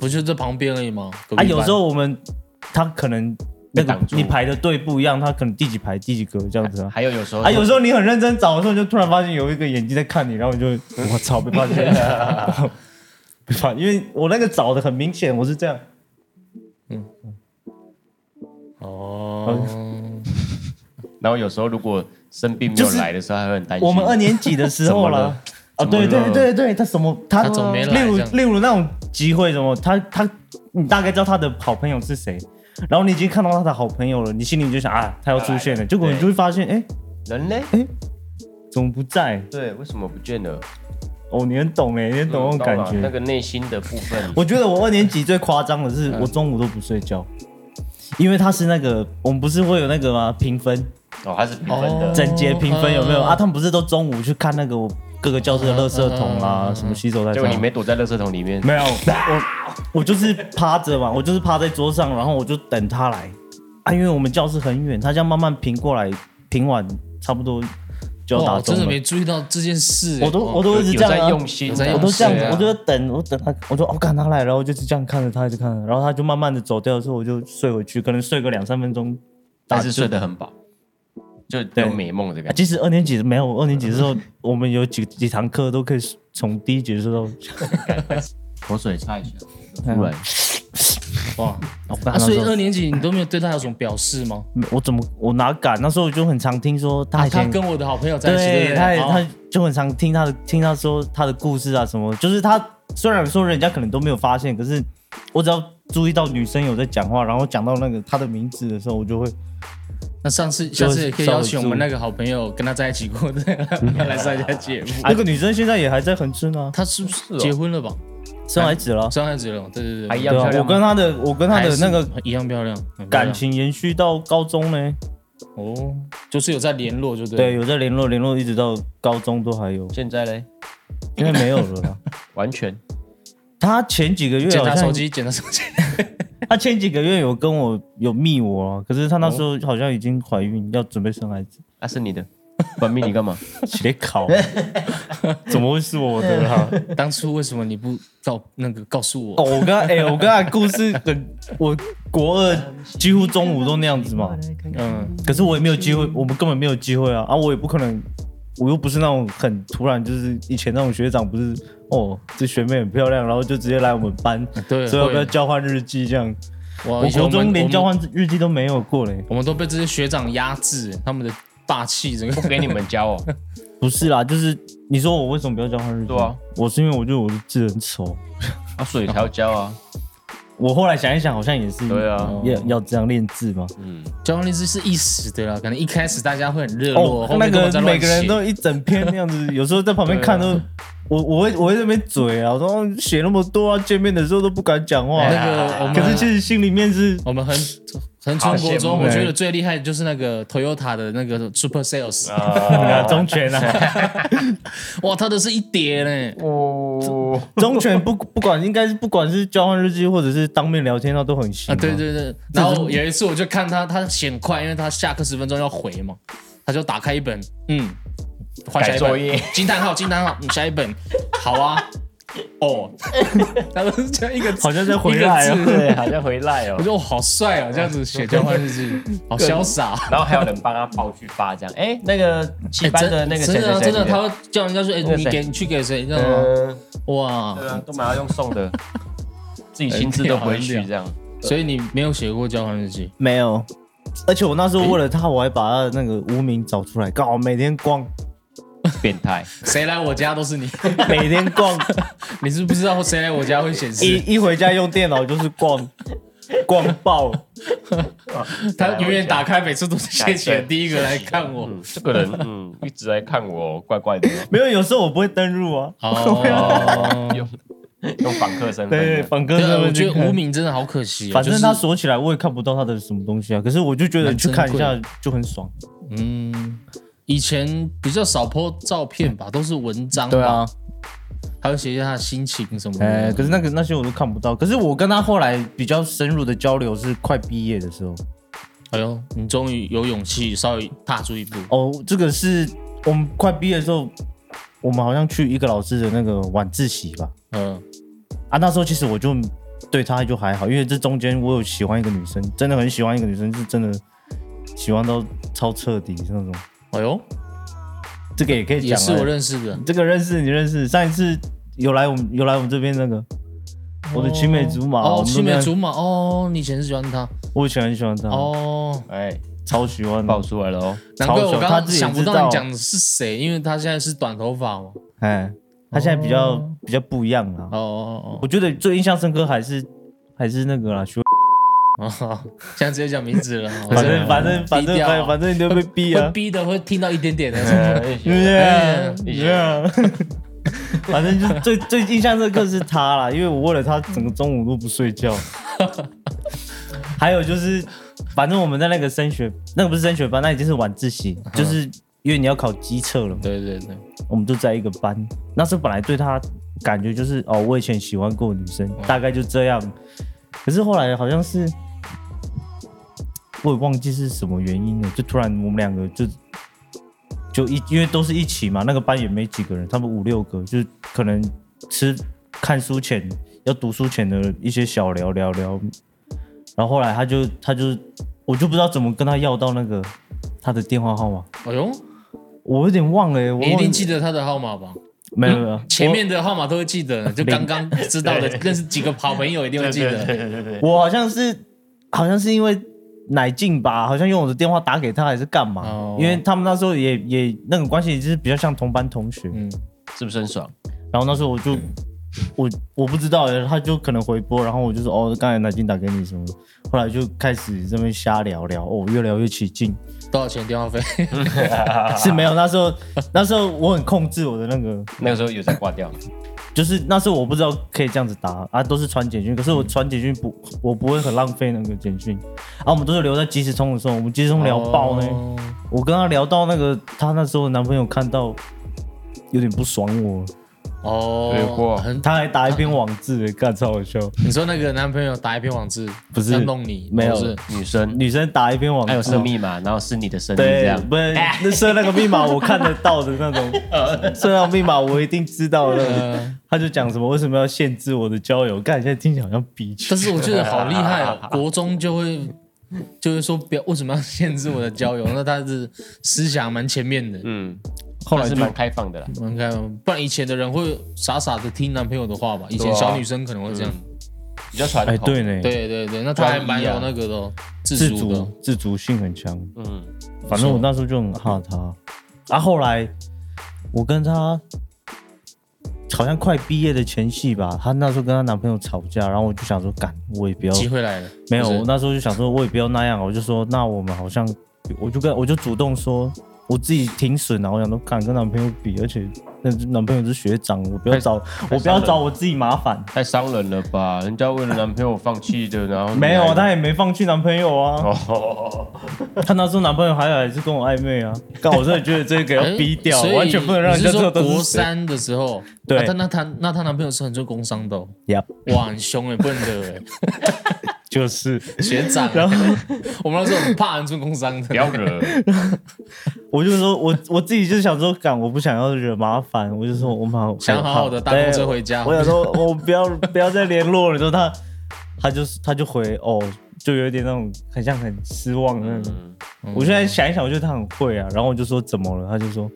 [SPEAKER 1] 不就在旁边而已吗？隔壁
[SPEAKER 2] 啊？
[SPEAKER 1] 班
[SPEAKER 2] 有时候我们他可能那
[SPEAKER 3] 被
[SPEAKER 2] 个
[SPEAKER 3] 挡住
[SPEAKER 2] 你排的队不一样，他可能第几排第几格这样子啊。
[SPEAKER 3] 还有有时候
[SPEAKER 2] 啊，有时候你很认真找的时候，你就突然发现有一个眼睛在看你，然后你就 [laughs] 我操，被发现 [laughs] 了，被发现，因为我那个找的很明显，我是这样，
[SPEAKER 1] 哦，
[SPEAKER 3] 然后有时候如果生病没
[SPEAKER 2] 就
[SPEAKER 3] 有
[SPEAKER 2] 是
[SPEAKER 3] 来的时候，还会很担心。
[SPEAKER 2] 我们二年级的时候
[SPEAKER 3] 怎么
[SPEAKER 2] 啦
[SPEAKER 3] 了，
[SPEAKER 2] 啊，
[SPEAKER 3] 怎么
[SPEAKER 2] 对
[SPEAKER 3] 了
[SPEAKER 2] 对对对，他什么他
[SPEAKER 1] 他怎么没来
[SPEAKER 2] 例如
[SPEAKER 1] 这样
[SPEAKER 2] 例如那种集会什么，他他你大概知道他的好朋友是谁，然后你已经看到他的好朋友了，你心里就想啊，他要出现了，结果你就会发现，哎，
[SPEAKER 3] 人呢？
[SPEAKER 2] 怎么不在？
[SPEAKER 3] 对，为什么不见了？
[SPEAKER 2] 哦，你很懂哎，你很懂那种感
[SPEAKER 3] 嗯那
[SPEAKER 2] 觉。
[SPEAKER 3] 个内心的部分，
[SPEAKER 2] 我觉得我二年级最夸张的是，我中午都不睡觉。因为他是那个，我们不是会有那个吗？评分，
[SPEAKER 3] 哦，他是评分的
[SPEAKER 1] 哦，
[SPEAKER 2] 整节评分有没有、
[SPEAKER 1] 嗯
[SPEAKER 2] 啊？他们不是都中午去看那个我各个教室的垃圾桶
[SPEAKER 1] 嗯嗯
[SPEAKER 2] 啊，
[SPEAKER 1] 嗯嗯
[SPEAKER 2] 什么洗手台
[SPEAKER 3] 结
[SPEAKER 2] 上
[SPEAKER 3] 果
[SPEAKER 2] 啊？
[SPEAKER 3] 你没躲在垃圾桶里面，
[SPEAKER 2] 没有， [laughs] 我我就是趴着嘛，我就是趴在桌上，然后我就等他来啊，因为我们教室很远，他这样慢慢平过来，平完差不多就要
[SPEAKER 1] 哇，
[SPEAKER 2] 打
[SPEAKER 1] 我
[SPEAKER 2] 钟
[SPEAKER 1] 真的
[SPEAKER 2] 了
[SPEAKER 1] 没。注意到这件事欸。
[SPEAKER 2] 我都
[SPEAKER 1] 哦
[SPEAKER 2] 我都一直
[SPEAKER 3] 有
[SPEAKER 2] 这样、
[SPEAKER 3] 在
[SPEAKER 2] 啊，
[SPEAKER 3] 用心
[SPEAKER 1] 有在
[SPEAKER 3] 啊，
[SPEAKER 1] 用
[SPEAKER 2] 我都这样子，
[SPEAKER 1] 对啊
[SPEAKER 2] 我就等我等他，我说哦，看他来，然后我就是这样看着他，一直看着他，然后他就慢慢的走掉的时候，我就睡回去，可能睡个两三分钟。
[SPEAKER 3] 但是睡得很饱，就有美梦的
[SPEAKER 2] 啊
[SPEAKER 3] 感觉。
[SPEAKER 2] 其实二年级没有，二年级的时候我们有几几堂课都可以从第一节说到，
[SPEAKER 3] 口水擦一下，
[SPEAKER 2] 突然
[SPEAKER 1] 哇，
[SPEAKER 2] 我
[SPEAKER 1] 啊，
[SPEAKER 2] 刚
[SPEAKER 1] 所以
[SPEAKER 2] 说
[SPEAKER 1] 二年级你都没有对他有什么表示吗？
[SPEAKER 2] 哦我怎么我哪敢？那时候我就很常听说 [laughs] 他以前、
[SPEAKER 1] 他跟我的好朋友在一起，对哦
[SPEAKER 2] 对，
[SPEAKER 1] 不
[SPEAKER 2] 他也
[SPEAKER 1] 对
[SPEAKER 2] 他就很常听他的听他说他的故事啊什么，就是他虽然说人家可能都没有发现，可是我只要注意到女生有在讲话，然后讲到那个他的名字的时候，我就会
[SPEAKER 1] 嗯那上次下次也可以邀请我们那个好朋友跟他在一起过 [laughs] 的来参加节目。
[SPEAKER 2] 哎那个女生现在也还在横村啊，
[SPEAKER 1] 他是不是
[SPEAKER 3] 哦
[SPEAKER 1] 结婚了吧？
[SPEAKER 2] 生孩子了，
[SPEAKER 1] 生孩子了？对对
[SPEAKER 3] 还一
[SPEAKER 1] 对，
[SPEAKER 3] 样
[SPEAKER 2] 对啊
[SPEAKER 3] 漂，亮
[SPEAKER 2] 我
[SPEAKER 3] 吗。
[SPEAKER 2] 跟他的我跟他
[SPEAKER 1] 还
[SPEAKER 2] 的
[SPEAKER 1] 是
[SPEAKER 2] 哦
[SPEAKER 1] 啊
[SPEAKER 2] 那个
[SPEAKER 1] 一样漂亮，很漂亮
[SPEAKER 2] 感情延续到高中呢，
[SPEAKER 1] 哦，就是有在联络，就对。
[SPEAKER 2] 对，，有在联络联络一直到高中都还有，
[SPEAKER 3] 现在嘞，
[SPEAKER 2] 因为没有了
[SPEAKER 1] [laughs]
[SPEAKER 2] 啦。
[SPEAKER 3] 完全
[SPEAKER 2] 他前几个月
[SPEAKER 1] 检
[SPEAKER 2] 好
[SPEAKER 1] 查手
[SPEAKER 2] 像，
[SPEAKER 1] 机，检查手机。
[SPEAKER 2] 他前几个月有跟我有密我、啊，可是他
[SPEAKER 1] 哦
[SPEAKER 2] 那时候好像已经怀孕，要准备生孩子。
[SPEAKER 3] 那啊是你
[SPEAKER 2] [laughs]
[SPEAKER 3] 的，本命你干嘛？
[SPEAKER 2] 写考，怎么会是我的啦？
[SPEAKER 1] [laughs] 当初为什么你不告那个告诉
[SPEAKER 2] 哦，
[SPEAKER 1] 我？
[SPEAKER 2] 我跟他哎、我跟他的故事很， [laughs] 我国二几乎中午都那样子嘛，
[SPEAKER 1] 嗯，
[SPEAKER 2] 可是我也没有机会，我们根本没有机会啊，啊，我也不可能，我又不是那种很突然，就是以前那种学长不是哦，这学妹很漂亮，然后就直接来我们班，
[SPEAKER 1] 对，
[SPEAKER 2] 所以要
[SPEAKER 1] 会
[SPEAKER 2] 不要交换日记这样？
[SPEAKER 1] 我
[SPEAKER 2] 我
[SPEAKER 1] 以前
[SPEAKER 2] 国
[SPEAKER 1] 我
[SPEAKER 2] 中
[SPEAKER 1] 们
[SPEAKER 2] 连交，
[SPEAKER 1] 我们
[SPEAKER 2] 换日记都没有过嘞，
[SPEAKER 1] 我们都被这些学长压制，他们的霸气整个
[SPEAKER 3] 不给你们教哦， [laughs]
[SPEAKER 2] 不是啦，就是你说我为什么不要交换日记？
[SPEAKER 3] 对啊，
[SPEAKER 2] 我是因为我觉得我的字很丑，
[SPEAKER 3] 啊，所以才要教啊。
[SPEAKER 2] 我后来想一想，好像也是
[SPEAKER 3] 对啊，
[SPEAKER 2] 要要这样练字吗？
[SPEAKER 3] 嗯，
[SPEAKER 1] 交换日志是一时的啦，可能一开始大家会很热络，后
[SPEAKER 2] 哦那
[SPEAKER 1] 面都
[SPEAKER 2] 个
[SPEAKER 1] 在乱
[SPEAKER 2] 每个人
[SPEAKER 1] 写啊
[SPEAKER 2] 都一整篇那
[SPEAKER 1] [laughs]
[SPEAKER 2] 样子，有时候在旁边看都，我我会我会在那边嘴啊，我说哦写那么多啊，见面的时候都不敢讲话。
[SPEAKER 1] 那个我们，
[SPEAKER 2] 可是其实心里面是，
[SPEAKER 1] 我们很很中国
[SPEAKER 3] 好羡
[SPEAKER 1] 中，
[SPEAKER 3] 慕
[SPEAKER 1] 我觉
[SPEAKER 2] 哎
[SPEAKER 1] 得最厉害的就是那个 Toyota 的那个 Super Sales，
[SPEAKER 2] 啊，忠犬啊，
[SPEAKER 1] [laughs] 哇，他的是一叠呢，
[SPEAKER 3] 哦，
[SPEAKER 2] 忠犬不不管应该是不管是交换日记或者是当面聊天，那都很行
[SPEAKER 1] 啊，
[SPEAKER 2] 啊。
[SPEAKER 1] 对对对。然后有一次我就看他，他显快，因为他下课十分钟要回嘛，他就打开一本，嗯，换下一
[SPEAKER 3] 改作
[SPEAKER 1] 本
[SPEAKER 3] 业，
[SPEAKER 1] 惊叹号惊叹号，嗯，下一本，好
[SPEAKER 2] [laughs]
[SPEAKER 1] 啊，哦， [laughs] 他都是这样一个字，
[SPEAKER 2] 好像在回来
[SPEAKER 1] 一个
[SPEAKER 2] 啊，
[SPEAKER 1] 字
[SPEAKER 3] 对，好像回来哦
[SPEAKER 1] 我。觉得我好帅啊，这样子写交换日记，好潇洒。啊
[SPEAKER 3] 然后还有人帮他抱去发这样，哎，那个七班的那个
[SPEAKER 1] 真真
[SPEAKER 3] 谁
[SPEAKER 1] 的
[SPEAKER 3] 谁
[SPEAKER 1] 啊
[SPEAKER 3] 谁，
[SPEAKER 1] 真的，他会叫人家说，哎，
[SPEAKER 3] 那个
[SPEAKER 1] 你
[SPEAKER 3] 谁
[SPEAKER 1] 给你去给谁，你知道吗？
[SPEAKER 3] 嗯，
[SPEAKER 1] 哇
[SPEAKER 3] 对，啊，都蛮要用送的， [laughs] 自己亲自都不会去这样。
[SPEAKER 1] 所以你没有写过交换日记，
[SPEAKER 2] 没有。
[SPEAKER 1] [laughs]
[SPEAKER 2] 而且我那时候为了他，我还把他的那个无名找出来，搞每天逛，
[SPEAKER 3] 变态。
[SPEAKER 1] 谁来我家都是你， [laughs]
[SPEAKER 2] 每天逛，
[SPEAKER 1] 你是不知道谁来我家会显示，
[SPEAKER 2] 一一回家用电脑就是逛，逛爆。
[SPEAKER 1] 他永远打开，每次都是谢
[SPEAKER 3] 对
[SPEAKER 1] 姐第一个来看我。
[SPEAKER 3] 嗯，这个人嗯一直来看我，怪怪的，
[SPEAKER 2] 没有，有时候我不会登录啊。
[SPEAKER 1] 哦，
[SPEAKER 3] 用用访客身份
[SPEAKER 2] 对对，
[SPEAKER 3] 的，
[SPEAKER 2] 反哥
[SPEAKER 1] 对
[SPEAKER 2] 他
[SPEAKER 1] 啊，
[SPEAKER 2] 们
[SPEAKER 1] 我觉得
[SPEAKER 2] 去看
[SPEAKER 1] 无，名真的好可惜哦。
[SPEAKER 2] 反正他
[SPEAKER 1] 就是
[SPEAKER 2] 锁起来，我也看不到他的什么东西啊。可是我就觉得
[SPEAKER 1] 蛮
[SPEAKER 2] 去
[SPEAKER 1] 珍
[SPEAKER 2] 看一
[SPEAKER 1] 贵
[SPEAKER 2] 下就很爽。
[SPEAKER 1] 嗯，以前比较少 po 照片吧，都是文章，
[SPEAKER 2] 对啊，，
[SPEAKER 1] 还有写一下他的心情什么
[SPEAKER 2] 哎、
[SPEAKER 1] 的。
[SPEAKER 2] 可是那个那些我都看不到。可是我跟他后来比较深入的交流是快毕业的时候。
[SPEAKER 1] 哎呦，你终于有勇气稍微踏出一步，
[SPEAKER 2] 哦，这个是我们快毕业的时候，我们好像去一个老师的那个晚自习吧。
[SPEAKER 1] 嗯，
[SPEAKER 2] 啊，那时候其实我就对他就还好，因为这中间我有喜欢一个女生，真的很喜欢一个女生，是真的喜欢到超彻底那种。
[SPEAKER 1] 哎呦，
[SPEAKER 2] 这个也可以讲
[SPEAKER 1] 也
[SPEAKER 2] 啊，
[SPEAKER 1] 是我认识的，
[SPEAKER 2] 这个认识你认识，上一次有来我们有来我们这边那个。我的青梅竹马，啊我
[SPEAKER 1] 哦，
[SPEAKER 2] 们
[SPEAKER 1] 青
[SPEAKER 2] 这边
[SPEAKER 1] 梅竹马，哦，你以前是喜欢他，
[SPEAKER 2] 我以前很喜欢他，
[SPEAKER 1] 哦，
[SPEAKER 3] 哎，
[SPEAKER 2] 超喜欢的
[SPEAKER 3] 爆出来了哦，
[SPEAKER 1] 难怪我刚
[SPEAKER 2] 他
[SPEAKER 1] 刚
[SPEAKER 2] 自己也
[SPEAKER 1] 想不
[SPEAKER 2] 知
[SPEAKER 1] 到
[SPEAKER 2] 道
[SPEAKER 1] 你讲的是谁，因为他现在是短头发嘛。
[SPEAKER 2] 哎，他现在比较、
[SPEAKER 1] 哦
[SPEAKER 2] 比较不一样啊。
[SPEAKER 1] 哦哦
[SPEAKER 2] 我觉得最印象深刻还是还是那个啦，徐
[SPEAKER 1] 哦哦，
[SPEAKER 2] [laughs]
[SPEAKER 1] 现在直接讲名字了，
[SPEAKER 2] 反正反正反正
[SPEAKER 1] 低调啊
[SPEAKER 2] 反反正你都被逼
[SPEAKER 1] 会
[SPEAKER 2] 啊，
[SPEAKER 1] 逼的会听到一点点的。
[SPEAKER 3] 哎
[SPEAKER 2] 对不
[SPEAKER 1] 哎
[SPEAKER 2] 对？对， [laughs] 反正就是最最印象深刻是他啦，因为我为了他整个中午都不睡觉。还有就是，反正我们在那个升学，那个不是升学班，那已经是晚自习，就是因为你要考机测了
[SPEAKER 1] [laughs]
[SPEAKER 2] 嘛。
[SPEAKER 1] 对对对，
[SPEAKER 2] 我们就在一个班。那时候本来对他感觉就是哦，我以前喜欢过女生，大概就这样。可是后来好像是我也忘记是什么原因了，就突然我们两个就就一因为都是一起嘛，那个班也没几个人，他们五六个，就是可能吃看书前要读书前的一些小聊聊聊。然后后来他就他就我就不知道怎么跟他要到那个他的电话号码，
[SPEAKER 1] 哎呦，
[SPEAKER 2] 我有点忘了、欸，我
[SPEAKER 1] 你一
[SPEAKER 2] 忘
[SPEAKER 1] 定
[SPEAKER 2] 了
[SPEAKER 1] 记得他的号码吧？
[SPEAKER 2] 没有没有没啊有
[SPEAKER 1] 前面的号码都会记得，就刚刚知道
[SPEAKER 2] [laughs]
[SPEAKER 1] 的，认识几个好朋友一定会记得。
[SPEAKER 3] 对对对，
[SPEAKER 2] 我好像是好像是因为奶劲吧，好像用我的电话打给他还是干嘛？
[SPEAKER 1] 哦
[SPEAKER 2] 因为他们那时候也也那个关系就是比较像同班同学，
[SPEAKER 1] 嗯，
[SPEAKER 3] 是不是很爽？
[SPEAKER 2] 然后那时候我就。我我不知道，他就可能回拨，然后我就说哦，刚才奶劲打给你什么的，后来就开始这边瞎聊聊，哦，越聊越起劲，
[SPEAKER 1] 多少钱电话费？啊
[SPEAKER 2] [laughs] 是没有那时候那时候我很控制我的那个，
[SPEAKER 3] 那个时候有在挂掉，
[SPEAKER 2] 就是那时候我不知道可以这样子打啊，都是传简讯，可是
[SPEAKER 1] 嗯
[SPEAKER 2] 我传简讯不，我不会很浪费那个简讯啊，我们都是留在即时通的时候，我们即时通聊爆呢。
[SPEAKER 1] 哦
[SPEAKER 2] 我跟她聊到那个，她那时候的男朋友看到有点不爽我，
[SPEAKER 3] 对
[SPEAKER 1] 哦
[SPEAKER 3] 哇，
[SPEAKER 1] 很，
[SPEAKER 2] 她还打一篇网字，干超好笑。
[SPEAKER 1] 你说那个男朋友打一篇网志，
[SPEAKER 2] 不是
[SPEAKER 1] 要弄你，
[SPEAKER 2] 没有
[SPEAKER 1] 不是
[SPEAKER 3] 女生
[SPEAKER 2] 女生打一篇网
[SPEAKER 3] 还有
[SPEAKER 2] 字
[SPEAKER 3] 设，密码，然后是你的生日这
[SPEAKER 2] 对
[SPEAKER 3] 样，，
[SPEAKER 2] 不是那设那个密码我看得到的那
[SPEAKER 3] [laughs]
[SPEAKER 2] 种，设那个密码我一定知道的
[SPEAKER 3] 嗯
[SPEAKER 2] 那种。 [laughs]
[SPEAKER 1] 呃，
[SPEAKER 2] 他就讲什么为什么要限制我的交友？干，现在听起来好像逼去
[SPEAKER 1] 但。是我觉得好厉害哦，国中就会就会说不要为什么要限制我的交友？那他是思想蛮前面的，
[SPEAKER 3] 嗯，
[SPEAKER 2] 后来
[SPEAKER 3] 是
[SPEAKER 2] 就
[SPEAKER 3] 蛮开放的啦。
[SPEAKER 1] 你看，不然以前的人会傻傻的听男朋友的话吧？以
[SPEAKER 3] 对
[SPEAKER 1] 前
[SPEAKER 3] 啊
[SPEAKER 1] 小女生可能会这样。
[SPEAKER 3] 比较传
[SPEAKER 2] 哎，
[SPEAKER 3] 统，
[SPEAKER 2] 对呢，
[SPEAKER 1] 对对对，那他还蛮
[SPEAKER 3] 专一啊
[SPEAKER 1] 有那个的哦自
[SPEAKER 2] 自
[SPEAKER 1] 主的。
[SPEAKER 2] 主自主性很强。
[SPEAKER 3] 嗯，
[SPEAKER 2] 反正我那时候就很怕他。啊，后来我跟他好像快毕业的前夕吧，她那时候跟她男朋友吵架，然后我就想说，干，我也不要，
[SPEAKER 1] 机会来了，
[SPEAKER 2] 没有，
[SPEAKER 1] 不是
[SPEAKER 2] 我那时候就想说，我也不要那样，我就说，那我们好像，我就跟我就主动说，我自己挺损的，我想说，干跟男朋友比，而且那男朋友是学长，我不要找，我不要找我自己麻烦。
[SPEAKER 3] 太伤人了吧？人家为了男朋友放弃的，然后你
[SPEAKER 2] 没有，啊
[SPEAKER 3] 还
[SPEAKER 2] 她也没放弃男朋友啊，
[SPEAKER 3] 哦， [laughs]
[SPEAKER 2] 她那时候男朋友还有还是跟我暧昧啊，但我真的觉得这个要
[SPEAKER 1] 哎
[SPEAKER 2] 逼掉，
[SPEAKER 1] 所以
[SPEAKER 2] 完全不能让人家
[SPEAKER 1] 你
[SPEAKER 2] 知
[SPEAKER 1] 是说
[SPEAKER 2] 道都是
[SPEAKER 1] 国
[SPEAKER 2] 谁
[SPEAKER 1] 三的时候，
[SPEAKER 2] 对
[SPEAKER 1] 啊她那她那她男朋友是很做工商的哦，
[SPEAKER 2] 呀，
[SPEAKER 1] 哇，很凶哎，不能惹哎，
[SPEAKER 2] 就是。
[SPEAKER 1] 学长。
[SPEAKER 2] 然后
[SPEAKER 1] [laughs] 我们那时候很怕很做工商
[SPEAKER 3] 不
[SPEAKER 1] 的，
[SPEAKER 3] 要
[SPEAKER 2] [laughs]
[SPEAKER 3] 惹，
[SPEAKER 2] 我就说，我我自己就想说，敢我不想要惹麻烦，我就说我们好
[SPEAKER 1] 想好好地搭公车回家
[SPEAKER 2] 对我想
[SPEAKER 1] [laughs]
[SPEAKER 2] 说，我不要不要再联络了。之后他他就是他就回哦，就有点那种很像很失望的那种。
[SPEAKER 3] 嗯，
[SPEAKER 2] 我现在想一想，我觉得他很会啊。然后我就说怎么了？他就说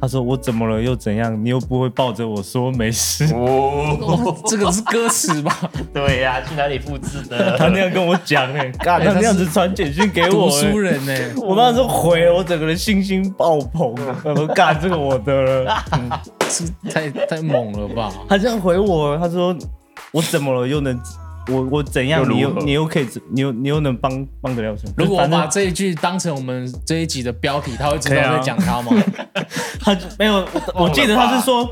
[SPEAKER 2] 他说我怎么了又怎样，你又不会抱着我说没 [laughs] 事。
[SPEAKER 3] 哦，
[SPEAKER 1] [laughs] 这个是歌词吧？
[SPEAKER 2] [laughs]
[SPEAKER 3] 对呀、去哪里复制的？
[SPEAKER 2] 他那样跟我讲哎、 [laughs] 干他那样子传简讯给我、
[SPEAKER 1] 读
[SPEAKER 2] 欸
[SPEAKER 1] 书，人呢、
[SPEAKER 2] 我当时回了，我整个人信心爆棚，我说干这个我的了。
[SPEAKER 1] 是太太猛了吧？
[SPEAKER 2] 他这样回我，他说我怎么了又能我我怎样，
[SPEAKER 3] 又如
[SPEAKER 2] 你又
[SPEAKER 3] 何
[SPEAKER 2] 你又可以你又你又能帮帮得了什么？
[SPEAKER 1] 如果我
[SPEAKER 2] 反正
[SPEAKER 1] 把这一句当成我们这一集的标题，他会知
[SPEAKER 2] 可以
[SPEAKER 1] 道
[SPEAKER 2] 啊
[SPEAKER 1] 在讲他吗？
[SPEAKER 2] 他就没有，我我记得他是说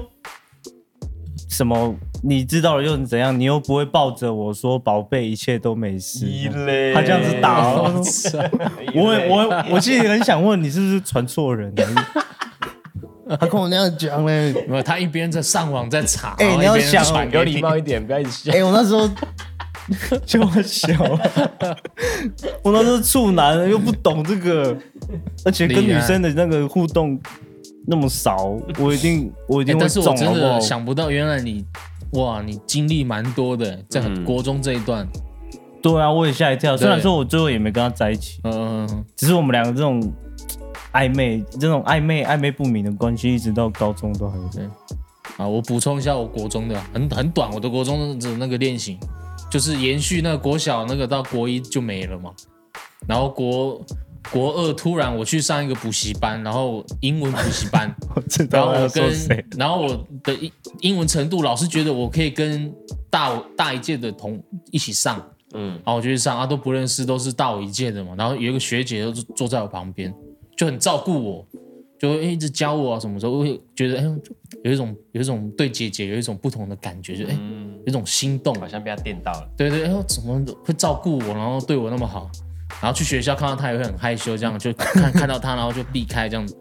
[SPEAKER 2] 什么？你知道了又能怎样？你又不会抱着我说宝贝，一切都没事。
[SPEAKER 3] 一嘞，
[SPEAKER 2] [laughs] 他这样子打哦
[SPEAKER 1] 我操
[SPEAKER 3] 一类，
[SPEAKER 2] 我我我其实很想问你是不是传错人啊了？他跟我那样讲嘞，
[SPEAKER 1] [laughs] 没有，他一边在上网在查，
[SPEAKER 2] 哎
[SPEAKER 1] 然后
[SPEAKER 2] 你要
[SPEAKER 1] 一边
[SPEAKER 2] 想
[SPEAKER 1] 传给
[SPEAKER 3] 有
[SPEAKER 1] 你
[SPEAKER 3] 礼貌一点，不要一直笑
[SPEAKER 2] 哎、。我那
[SPEAKER 1] [laughs]
[SPEAKER 2] 时候就我小，
[SPEAKER 1] 啊
[SPEAKER 2] [laughs] 我那时候处男又不懂这个，而且跟
[SPEAKER 1] 你
[SPEAKER 2] 女
[SPEAKER 1] 啊
[SPEAKER 2] 生的那个互动那么少，我一
[SPEAKER 1] [laughs]
[SPEAKER 2] 定我一
[SPEAKER 1] 欸
[SPEAKER 2] 定会
[SPEAKER 1] 但是
[SPEAKER 2] 中
[SPEAKER 1] 我
[SPEAKER 2] 好
[SPEAKER 1] 真
[SPEAKER 2] 不好
[SPEAKER 1] 的？想不到，原来你哇，你经历蛮多的，在
[SPEAKER 3] 嗯
[SPEAKER 1] 国中这一段，
[SPEAKER 2] 对啊，我也吓一跳。虽然
[SPEAKER 1] 对
[SPEAKER 2] 说我最后也没跟他在一起，
[SPEAKER 1] 嗯、
[SPEAKER 2] 只是我们两个这种暧昧、这种暧昧、暧昧不明的关系，一直到高中都还有。 [laughs]
[SPEAKER 1] 啊，我补充一下，我国中的啊很很短，我的国中的那个恋情，就是延续那个国小那个到国一就没了嘛，然后国国二突然我去上一个补习班，然后英文补习
[SPEAKER 2] [laughs]
[SPEAKER 1] 班，
[SPEAKER 2] 我知
[SPEAKER 1] 然
[SPEAKER 2] 道
[SPEAKER 1] 后
[SPEAKER 2] 我要
[SPEAKER 1] 我
[SPEAKER 2] 说
[SPEAKER 1] 跟
[SPEAKER 2] 谁，
[SPEAKER 1] 然后我的英英文程度，老师觉得我可以跟大我大一届的同一起上，
[SPEAKER 3] 嗯，
[SPEAKER 1] 然后我就去上啊，都不认识，都是大我一届的嘛。然后有一个学姐就坐坐在我旁边，就很照顾我，就会一直教我啊，什么时候我会觉得哎，有一种有一种对姐姐有一种不同的感觉，就哎
[SPEAKER 2] 嗯
[SPEAKER 1] 有一种心动，
[SPEAKER 3] 好像被他电到了。
[SPEAKER 1] 对对，哎呦怎么会照顾我，然后对我那么好，然后去学校看到她也会很害羞，这样就看 [laughs] 看到她，然后就避开这样子，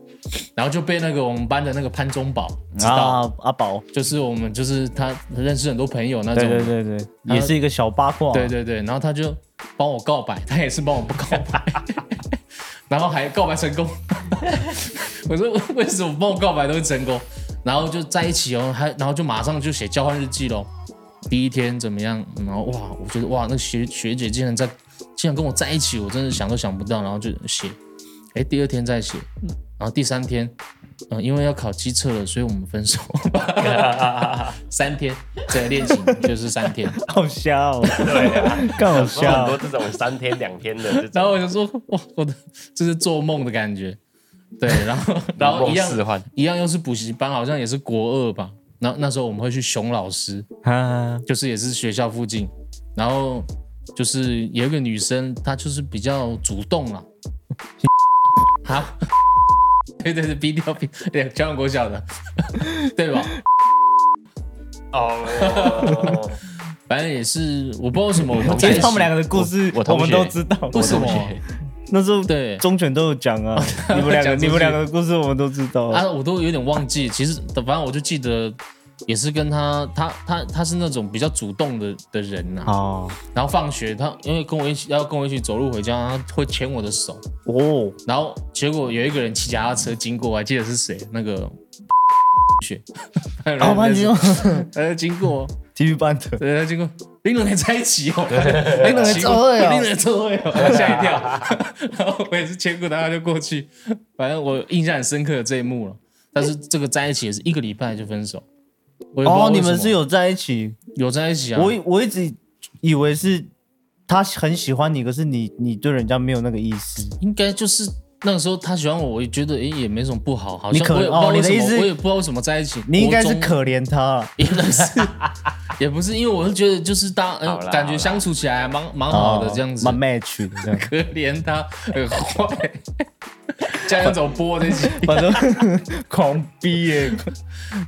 [SPEAKER 1] 然后就被那个我们班的那个潘宗宝知道，
[SPEAKER 2] 啊阿宝，
[SPEAKER 1] 就是我们就是他认识很多朋友那种
[SPEAKER 2] 对，对对对，
[SPEAKER 1] 他
[SPEAKER 2] 也是一个小八卦。
[SPEAKER 1] 对对对，然后他就帮我告白，他也是帮我不告白， [laughs] 然后还告白成功。 [laughs] 我说 [laughs] 为什么帮我告白都会成功？然后就在一起哦，还然后就马上就写交换日记喽。第一天怎么样？然后哇，我觉得哇，那学学姐竟然在，竟然跟我在一起，我真的想都想不到。然后就写，哎，第二天再写，然后第三天，嗯、因为要考机测了，所以我们分手。 [laughs] 三天，这个恋情就是三天。
[SPEAKER 2] 好
[SPEAKER 1] [laughs]
[SPEAKER 2] 瞎哦，对啊， [laughs] 更好
[SPEAKER 3] 有
[SPEAKER 2] 瞎
[SPEAKER 3] 很多
[SPEAKER 2] 哦。
[SPEAKER 3] 这种三天两天的这
[SPEAKER 1] 然
[SPEAKER 2] [laughs]
[SPEAKER 3] 种，
[SPEAKER 1] 后我就说，哇，我的这是做梦的感觉。对，然后然后一样
[SPEAKER 3] 梦幻
[SPEAKER 1] 一样又是补习班，好像也是国二吧。然后那时候我们会去熊老师，
[SPEAKER 2] 啊，
[SPEAKER 1] 就是也是学校附近，然后就是有一个女生，她就是比较主动啦。 [laughs] 好， [laughs] 对对对，低调低调，交往国小的， [laughs] 对吧？
[SPEAKER 3] 哦，
[SPEAKER 1] 反正也是，我不知道为什么我们
[SPEAKER 2] 其
[SPEAKER 1] 在一
[SPEAKER 2] 实
[SPEAKER 1] 起
[SPEAKER 2] 他们两个的故事
[SPEAKER 3] 我我
[SPEAKER 2] 我
[SPEAKER 3] 同
[SPEAKER 2] 们
[SPEAKER 3] 学
[SPEAKER 2] 都知道，
[SPEAKER 1] 为什么
[SPEAKER 3] 我？同学
[SPEAKER 2] 那时候
[SPEAKER 1] 对
[SPEAKER 2] 忠犬都有讲
[SPEAKER 1] [laughs]
[SPEAKER 2] 啊，你们两
[SPEAKER 1] 讲
[SPEAKER 2] 个
[SPEAKER 1] 出去
[SPEAKER 2] 你们两个的故事我们都知道。
[SPEAKER 1] 啊，我都有点忘记。其实反正我就记得，也是跟他，他他他是那种比较主动的的人呐、
[SPEAKER 2] 哦
[SPEAKER 1] 然后放学他因为跟我一起要跟我一起走路回家，他会牵我的手。
[SPEAKER 2] 哦，
[SPEAKER 1] 然后结果有一个人骑脚踏车经过，我还记得是谁，那个 [laughs] 雪，然
[SPEAKER 2] 然
[SPEAKER 1] [laughs]
[SPEAKER 2] 后班级
[SPEAKER 1] 就呃经过，
[SPEAKER 2] 体育班的，
[SPEAKER 1] 对，他经过。林伦还在一起
[SPEAKER 3] [laughs]
[SPEAKER 1] 哦，林伦还
[SPEAKER 2] 在座位哦
[SPEAKER 1] 林伦座位哦，吓一跳。 [laughs] 然后我也是牵过他，他就过去。反正我印象很深刻的这一幕了。但是这个在一起也是一个礼拜就分手。我也
[SPEAKER 2] [laughs]
[SPEAKER 1] 不知道为
[SPEAKER 2] 哦，你
[SPEAKER 1] 什么
[SPEAKER 2] 们是有在一起？
[SPEAKER 1] 有在一起啊？
[SPEAKER 2] 我以我一直以为是他很喜欢你，可是你你对人家没有那个意思。
[SPEAKER 1] 应该就是那个时候他喜欢我，我也觉得诶也没什么不好，好
[SPEAKER 2] 你
[SPEAKER 1] 像
[SPEAKER 2] 可
[SPEAKER 1] 我也不知道
[SPEAKER 2] 哦
[SPEAKER 1] 为
[SPEAKER 2] 你的
[SPEAKER 1] 什
[SPEAKER 2] 意
[SPEAKER 1] 么，
[SPEAKER 2] 思
[SPEAKER 1] 我也不知道为什么在一起。
[SPEAKER 2] 你应该是
[SPEAKER 1] 国中
[SPEAKER 2] 可怜他啊，
[SPEAKER 1] [laughs] 也不
[SPEAKER 2] [laughs]
[SPEAKER 1] 是，也不是，因为我是觉得就是大呃
[SPEAKER 3] 好啦
[SPEAKER 1] 感觉
[SPEAKER 3] 好啦
[SPEAKER 1] 相处起来蛮蛮好的哦这样子
[SPEAKER 2] 哦蛮。match 的这样。
[SPEAKER 1] 可怜他很坏，
[SPEAKER 3] [laughs]
[SPEAKER 1] 这样要怎么播这集？
[SPEAKER 2] 反
[SPEAKER 1] [laughs]
[SPEAKER 2] 正狂逼耶、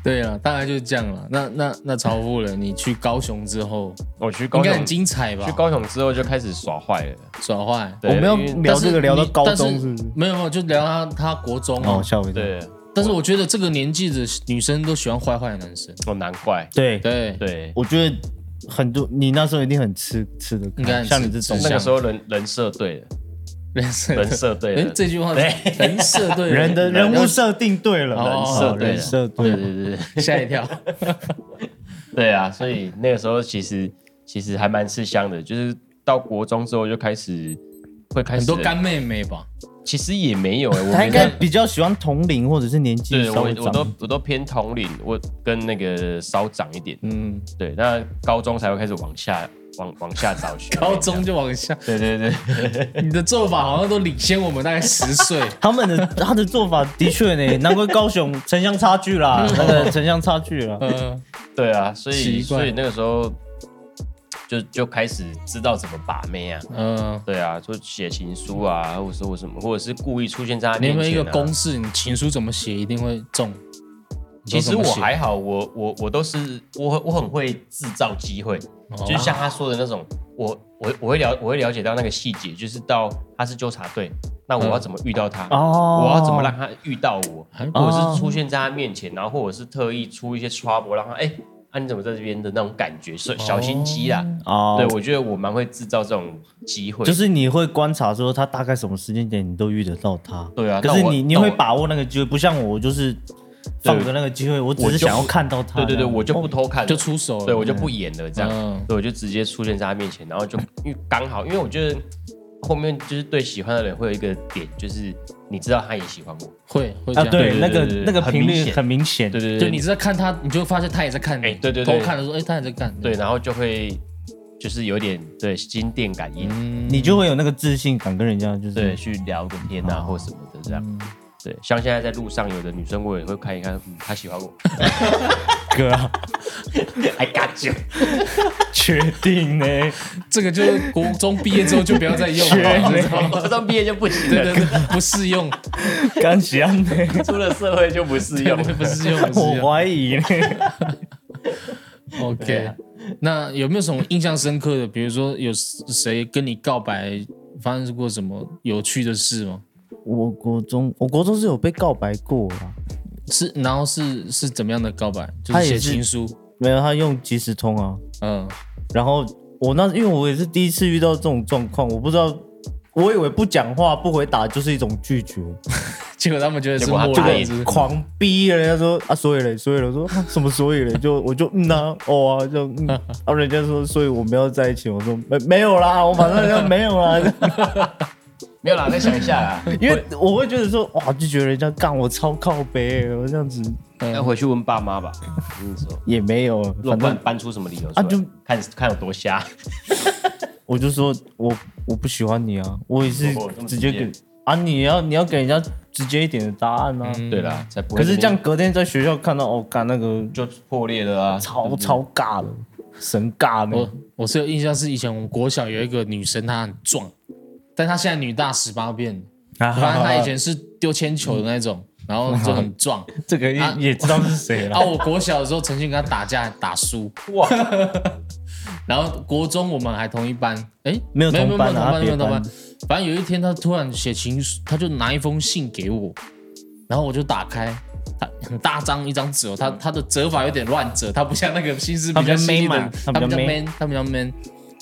[SPEAKER 1] 对了，大概就是这样了。那那那曹夫人，你去高雄之后
[SPEAKER 3] [laughs] 我去
[SPEAKER 1] 应
[SPEAKER 3] 高
[SPEAKER 1] 该
[SPEAKER 3] 雄
[SPEAKER 1] 很，精彩吧
[SPEAKER 3] 去？高雄之后就开始耍坏了。
[SPEAKER 1] 耍坏，
[SPEAKER 3] 对
[SPEAKER 2] 我们要
[SPEAKER 3] 因为
[SPEAKER 2] 聊这
[SPEAKER 1] 但是
[SPEAKER 2] 个聊到
[SPEAKER 1] 你
[SPEAKER 2] 高
[SPEAKER 1] 但
[SPEAKER 2] 中是不是？
[SPEAKER 1] 没有没有，就聊他他国中
[SPEAKER 2] 哦
[SPEAKER 1] 哦，。
[SPEAKER 2] 吓我一跳。
[SPEAKER 3] 对，
[SPEAKER 1] 但是我觉得这个年纪的女生都喜欢坏坏的男生，
[SPEAKER 3] 哦，难怪，
[SPEAKER 2] 对
[SPEAKER 1] 对，
[SPEAKER 3] 对，
[SPEAKER 2] 我觉得很多你那时候一定很吃吃的
[SPEAKER 1] 应该很
[SPEAKER 2] 开，像你这
[SPEAKER 1] 吃
[SPEAKER 2] 种
[SPEAKER 1] 吃
[SPEAKER 3] 那个时候人人设
[SPEAKER 2] [laughs]
[SPEAKER 3] 对了，
[SPEAKER 1] 人设
[SPEAKER 3] 人设对
[SPEAKER 1] 哎
[SPEAKER 3] 了，
[SPEAKER 1] 这句话人设对
[SPEAKER 2] 人的人
[SPEAKER 1] 要
[SPEAKER 2] 物设定对了，
[SPEAKER 1] 哦
[SPEAKER 2] 哦
[SPEAKER 1] 设
[SPEAKER 3] 对了
[SPEAKER 2] 人设对
[SPEAKER 3] 对
[SPEAKER 2] 了，
[SPEAKER 3] 对对对
[SPEAKER 1] 吓一跳，
[SPEAKER 3] 对啊！所以那个时候其实其实还蛮吃香的，就是到国中之后就开始会开始
[SPEAKER 1] 很多干妹妹吧？
[SPEAKER 3] 其实也
[SPEAKER 2] [laughs]
[SPEAKER 3] 没有、欸，我
[SPEAKER 2] 他
[SPEAKER 3] 没
[SPEAKER 2] 应该
[SPEAKER 3] 在。
[SPEAKER 2] 比较喜欢同龄或者是年纪
[SPEAKER 3] 对
[SPEAKER 2] 稍
[SPEAKER 3] 我
[SPEAKER 2] 微
[SPEAKER 3] 我
[SPEAKER 2] 长，
[SPEAKER 3] 都我都偏同龄，我跟那个稍长一点。
[SPEAKER 1] 嗯，
[SPEAKER 3] 对，那高中才会开始往下往往下找
[SPEAKER 1] [laughs]
[SPEAKER 3] 学。
[SPEAKER 1] 高中就往下，
[SPEAKER 3] 对对 [laughs] 对，
[SPEAKER 1] 你的做法好像都领先我们大概十岁。
[SPEAKER 2] 他们的 [laughs] 他的做法的确
[SPEAKER 3] [laughs]
[SPEAKER 2] 呢，难怪高雄城乡差距啦，
[SPEAKER 3] 嗯
[SPEAKER 2] 那个城乡差距啦。
[SPEAKER 1] 嗯，
[SPEAKER 3] 对啊，所以
[SPEAKER 1] 奇怪
[SPEAKER 3] 所以那个时候就就开始知道怎么把妹啊。
[SPEAKER 1] 嗯，
[SPEAKER 3] 对啊，就写情书啊，或者是我什么，或者是故意出现在他
[SPEAKER 1] 你有
[SPEAKER 3] 面前、啊。
[SPEAKER 1] 没有一个公式？你情书怎么写一定会中？
[SPEAKER 3] 其实我还好，我我我都是我我很会制造机会，
[SPEAKER 1] 哦
[SPEAKER 3] 就是像他说的那种，我我我会了我会了解到那个细节，就是到他是纠察队，那我要怎么遇到他？
[SPEAKER 2] 哦，
[SPEAKER 3] [laughs] 我要怎么让他遇到我，
[SPEAKER 1] 嗯
[SPEAKER 3] 或者是出现在他面前，然后或者是特意出一些 trouble 让他哎，啊你怎么在这边的那种感觉，小小心机啦。
[SPEAKER 2] 哦？
[SPEAKER 3] 对，我觉得我蛮会制造这种机会，
[SPEAKER 2] 就是你会观察说他大概什么时间点你都遇得到他，
[SPEAKER 3] 对啊
[SPEAKER 2] 可是
[SPEAKER 3] 但我
[SPEAKER 2] 你你
[SPEAKER 3] 但
[SPEAKER 2] 会
[SPEAKER 3] 我
[SPEAKER 2] 把握那个机会，不像我就是放着那个机会，我只
[SPEAKER 3] 我
[SPEAKER 2] 是
[SPEAKER 3] 就
[SPEAKER 2] 想要看到他这
[SPEAKER 3] 对
[SPEAKER 2] 样。
[SPEAKER 3] 对对，我
[SPEAKER 2] 哦
[SPEAKER 3] 就不偷看了，
[SPEAKER 1] 就出手了，
[SPEAKER 3] 对我就不演了，这样，
[SPEAKER 1] 嗯
[SPEAKER 3] 对我就直接出现在他面前，然后就因为刚好，因为我觉得后面就是对喜欢的人会有一个点，就是你知道他也喜欢我，
[SPEAKER 1] 会会这
[SPEAKER 2] 啊，
[SPEAKER 1] 样。
[SPEAKER 2] 对，
[SPEAKER 3] 对
[SPEAKER 2] 那个
[SPEAKER 3] 对对
[SPEAKER 2] 那个
[SPEAKER 3] 很
[SPEAKER 2] 频
[SPEAKER 3] 明
[SPEAKER 2] 率
[SPEAKER 3] 显
[SPEAKER 2] 很明显。
[SPEAKER 3] 对对
[SPEAKER 1] 就
[SPEAKER 3] 对，
[SPEAKER 1] 你在看他，你就会发现他也在看你，
[SPEAKER 3] 哎对对对
[SPEAKER 1] 偷看的时候，哎、他也在看你，
[SPEAKER 3] 对，然后就会就是有点对心电感应，
[SPEAKER 1] 嗯，
[SPEAKER 2] 你就会有那个自信感，跟人家就是
[SPEAKER 3] 对，去聊个天啊
[SPEAKER 2] 哦
[SPEAKER 3] 或什么的这样。对，像现在在路上，有的女生我也会看一看，嗯，她喜欢我
[SPEAKER 2] [laughs] 哥啊，
[SPEAKER 3] ，I got [laughs] you。
[SPEAKER 2] 确定 [laughs] 呢？
[SPEAKER 1] 这个就是国中毕业之后就不要再用了，你知道吗
[SPEAKER 3] [laughs] 高中毕业就不
[SPEAKER 1] [laughs]
[SPEAKER 3] 行
[SPEAKER 1] 对对
[SPEAKER 3] 了，
[SPEAKER 1] 对，不适用，
[SPEAKER 2] 刚喜欢呢？
[SPEAKER 3] 出了社会就不适用。
[SPEAKER 1] 不适用，不适
[SPEAKER 3] [laughs]
[SPEAKER 2] 我
[SPEAKER 1] 用。
[SPEAKER 2] 怀疑呢。
[SPEAKER 1] OK，、那有没有什么印象深刻的？比如说有谁跟你告白，发生过什么有趣的事吗？
[SPEAKER 2] 我国中，我国中是有被告白过啦，
[SPEAKER 1] 是，然后是是怎么样的告白？就
[SPEAKER 2] 他
[SPEAKER 1] 是
[SPEAKER 2] 也
[SPEAKER 1] 写
[SPEAKER 2] 是
[SPEAKER 1] 情书，
[SPEAKER 2] 没有他用即时通啊。
[SPEAKER 1] 嗯，
[SPEAKER 2] 然后我那因为我也是第一次遇到这种状况，我不知道，我以为不讲话不回答就是一种拒绝，
[SPEAKER 1] 结果他们觉得是
[SPEAKER 3] 结果他
[SPEAKER 1] 默
[SPEAKER 3] 打
[SPEAKER 1] 认，
[SPEAKER 3] 野
[SPEAKER 1] 是不是
[SPEAKER 2] 狂逼人家说啊，所以嘞，所以嘞，我说、啊什么所以嘞，就我就嗯啊，哦啊，就 [laughs] 嗯，啊，人家说所以我们要在一起，我说没没有啦，我反正就没有啦，
[SPEAKER 3] 没有啦，再想一下啦。
[SPEAKER 2] 因为我会觉得说哇，就觉得人家干我超靠北，我这样子
[SPEAKER 3] 要回去问爸妈吧。嗯，说，
[SPEAKER 2] 也没有，
[SPEAKER 3] 如果
[SPEAKER 2] 反
[SPEAKER 3] 不然
[SPEAKER 2] 正
[SPEAKER 3] 搬出什么理由出来
[SPEAKER 2] 啊就
[SPEAKER 3] 看看有多瞎。
[SPEAKER 2] 我就说我我不喜欢你啊，我也是
[SPEAKER 3] 哦这么
[SPEAKER 2] 直
[SPEAKER 3] 直
[SPEAKER 2] 接
[SPEAKER 3] 接
[SPEAKER 2] 给啊，你要你要给人家直接一点的答案啊。
[SPEAKER 3] 对啦，才不会。
[SPEAKER 2] 可是这样隔天在学校看到，哦，干那个
[SPEAKER 3] 就破裂了啊！
[SPEAKER 2] 超超尬的，神尬的
[SPEAKER 1] 我。我是有印象，是以前我们国小有一个女生，她很壮，但她现在女大十八变。反正她以前是丢铅球的那种，然后就很壮。
[SPEAKER 2] 这个也
[SPEAKER 1] 啊
[SPEAKER 2] 也知道是谁
[SPEAKER 1] 然
[SPEAKER 2] 了。
[SPEAKER 1] 后我国小的时候曾经跟她打架打输，
[SPEAKER 3] 哇，
[SPEAKER 1] [laughs] 然后国中我们还同一班，哎，
[SPEAKER 2] 没有
[SPEAKER 1] 没有没
[SPEAKER 2] 同
[SPEAKER 1] 有
[SPEAKER 2] 班
[SPEAKER 1] 同
[SPEAKER 2] 啊
[SPEAKER 1] 班，没有同
[SPEAKER 2] 别班
[SPEAKER 1] 班。反正有一天她突然写情书，她就拿一封信给我，然后我就打开。她很大张一张纸哦，她她的折法有点乱折，她不像那个心思比较细腻
[SPEAKER 2] 她比
[SPEAKER 1] 的她
[SPEAKER 2] 较 man 嘛，她
[SPEAKER 1] 比
[SPEAKER 2] 比
[SPEAKER 1] 较
[SPEAKER 2] 较 man
[SPEAKER 1] man，她比较 man。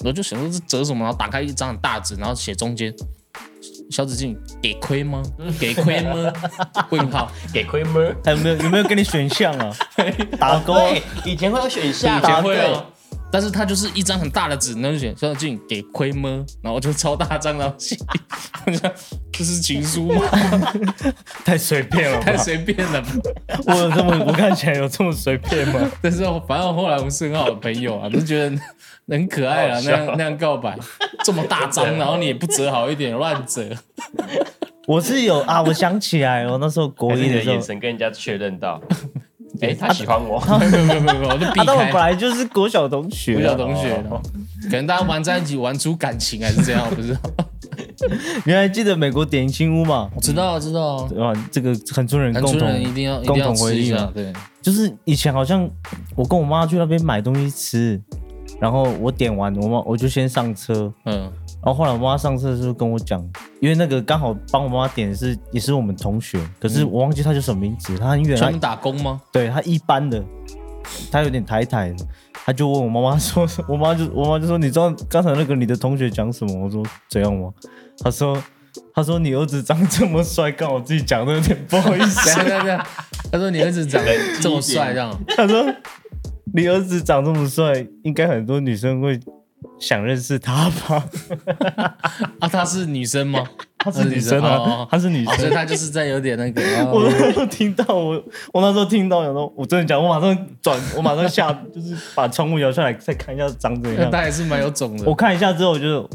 [SPEAKER 1] 我就想说是折什么，然后打开一张很大纸，然后写中间小紫静给亏吗？给亏吗？问号。
[SPEAKER 3] 给亏吗？
[SPEAKER 2] 还有没有有没有给你选项啊？打勾啊，
[SPEAKER 3] 对，以前会有选项啊
[SPEAKER 1] 以前会
[SPEAKER 2] 答对
[SPEAKER 1] 哦，但是他就是一张很大的纸，然后就写萧敬给亏么，然后我就超大张，然后写， [laughs] 我想这是情书吗？
[SPEAKER 2] [laughs] [laughs]
[SPEAKER 1] [laughs]
[SPEAKER 2] 太随便了吧
[SPEAKER 1] 太？随便了吧。
[SPEAKER 2] 我有这么我看起来有这么随便 [laughs] 吗？
[SPEAKER 1] 但是我反正后来我们是很好的朋友啊，就觉得很可爱啊，那
[SPEAKER 3] 好笑
[SPEAKER 1] 样那样告白，这么大
[SPEAKER 2] [laughs]
[SPEAKER 1] 张，然后你也不折好一点，乱折。
[SPEAKER 2] 我是有啊，我想起来了，我那时候国
[SPEAKER 3] 我
[SPEAKER 2] 一
[SPEAKER 3] 你
[SPEAKER 2] 的
[SPEAKER 3] 的
[SPEAKER 2] 时候
[SPEAKER 3] 眼，神跟人家确认到，哎，他喜欢我，
[SPEAKER 1] 没有没有没有没有，我就避
[SPEAKER 2] 啊，但我本
[SPEAKER 1] 开。
[SPEAKER 2] 来就是国小同学啊，
[SPEAKER 1] 不叫同学了，可能大家玩在一起玩出感情还是这样，我不知道。
[SPEAKER 2] 你还记得美国点心屋嘛？
[SPEAKER 1] 我知道，我知道，
[SPEAKER 2] 啊，这个恒春人
[SPEAKER 1] 南
[SPEAKER 2] 共
[SPEAKER 1] 村
[SPEAKER 2] 同
[SPEAKER 1] 人一定要一定
[SPEAKER 2] 共
[SPEAKER 1] 要
[SPEAKER 2] 同
[SPEAKER 1] 吃
[SPEAKER 2] 回
[SPEAKER 1] 一
[SPEAKER 2] 忆啊嘛
[SPEAKER 1] 下，对，
[SPEAKER 2] 就是以前好像我跟我妈去那边买东西吃，然后我点完，我妈我就先上车，
[SPEAKER 1] 嗯
[SPEAKER 2] 然后后来我妈上车的时候跟我讲，因为那个刚好帮我妈点的是也是我们同学，可是我忘记她叫什么名字，她很远，啊
[SPEAKER 1] 专门
[SPEAKER 2] 她
[SPEAKER 1] 打工吗？
[SPEAKER 2] 对她一般的，她有点抬抬的，她就问我妈妈说，我妈就我妈就说你知道刚才那个你的同学讲什么？我说怎样吗？她说。她说：“你儿子长这么帅，刚我自己讲的有点不好意思。
[SPEAKER 1] 等一下等一下，他说你儿子长得这么帅，这 [laughs] 样
[SPEAKER 2] 他说：“你儿子长这么帅，应该很多女生会想认识他吧
[SPEAKER 1] [laughs] 啊？她是女生吗？
[SPEAKER 2] 她是女生
[SPEAKER 1] 哦哦
[SPEAKER 2] 啊
[SPEAKER 1] 哦，
[SPEAKER 2] 她是女
[SPEAKER 1] 哦所以
[SPEAKER 2] 生。
[SPEAKER 1] 他就是在有点那个， [laughs]
[SPEAKER 2] 我
[SPEAKER 1] 哦
[SPEAKER 2] 那时候听到我，我那时候听到，想说，我真的讲，我马上转，我马上下，就是把窗户摇下来，再看一下长怎
[SPEAKER 1] 那
[SPEAKER 2] 样。
[SPEAKER 1] 他还是蛮有种的
[SPEAKER 2] 我。看一下之后，我就，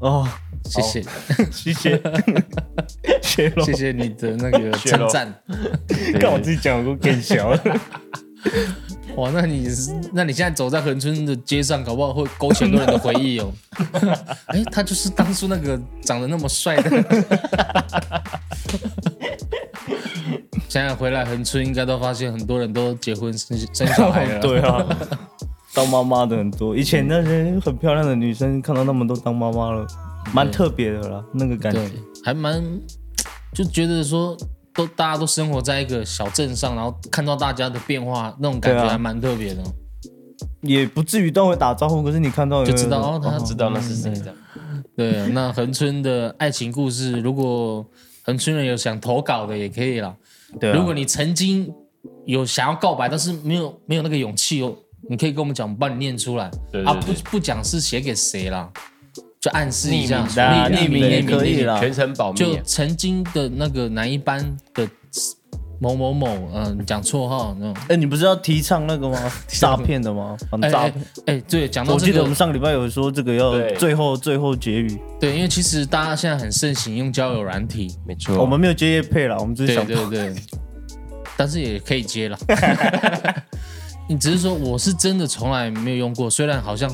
[SPEAKER 2] 哦，
[SPEAKER 1] 谢谢，
[SPEAKER 2] 谢 [laughs] 谢，谢喽
[SPEAKER 1] 谢。 [laughs] 谢你的那个
[SPEAKER 3] 谢咯
[SPEAKER 1] 称赞。
[SPEAKER 3] 对
[SPEAKER 2] 看我自己讲，我更小了。
[SPEAKER 1] 哇，那 [laughs] 你是那你现在走在横村的街上，搞不好会勾起很多人的回忆 [laughs] 哦。哎，他就是当初那个长得那么帅的。 [laughs] 现在回来横村，应该都发现很多人都结婚生生小孩 [laughs] 了。
[SPEAKER 2] 对啊，当妈妈的很多。以前那些很漂亮的女生，看到那么多当妈妈了，蛮特别的啦，那个感觉
[SPEAKER 1] 对。，还蛮就觉得说，都大家都生活在一个小镇上，然后看到大家的变化，那种感
[SPEAKER 2] 对
[SPEAKER 1] 觉
[SPEAKER 2] 啊
[SPEAKER 1] 还蛮特别的哦。
[SPEAKER 2] 也不至于到会打招呼，可是你看到有
[SPEAKER 1] 就知道
[SPEAKER 2] 人
[SPEAKER 1] 哦，他
[SPEAKER 3] 知道那是谁的，
[SPEAKER 1] 对，啊那恒春的爱情故事，如果恒春人有想投稿的也可以啦。
[SPEAKER 2] 对啊
[SPEAKER 1] 如果你曾经有想要告白，但是没有没有那个勇气哦，你可以跟我们讲，我们帮你念出来。
[SPEAKER 3] 对对
[SPEAKER 1] 啊，
[SPEAKER 3] 对
[SPEAKER 1] 不不讲是写给谁啦，就暗示一下，
[SPEAKER 3] 匿名的啊
[SPEAKER 1] 匿
[SPEAKER 2] 匿
[SPEAKER 1] 名
[SPEAKER 2] 名也可以啦
[SPEAKER 3] 全程保密
[SPEAKER 1] 就
[SPEAKER 3] 啊，
[SPEAKER 1] 曾经的那个男一班的某某某，嗯、讲绰号那种。
[SPEAKER 2] 哎、你不是要提倡那个 [laughs] 吗？诈骗的吗？反
[SPEAKER 1] 哎
[SPEAKER 2] 诈
[SPEAKER 1] 哎哎，对，讲到
[SPEAKER 2] 我
[SPEAKER 1] 这
[SPEAKER 2] 记得我
[SPEAKER 1] 个
[SPEAKER 2] 们，上个礼拜有说这个要
[SPEAKER 3] 对
[SPEAKER 2] 最后最后结语，
[SPEAKER 1] 对，因为其实大家现在很盛行用交友软体，
[SPEAKER 3] 没错，
[SPEAKER 2] 我们没有接叶配啦，我们只是
[SPEAKER 1] 对
[SPEAKER 2] 想
[SPEAKER 1] 对对，但是也可以接
[SPEAKER 2] [laughs]
[SPEAKER 1] 了。你只是说我是真的从来没有用过，虽然好像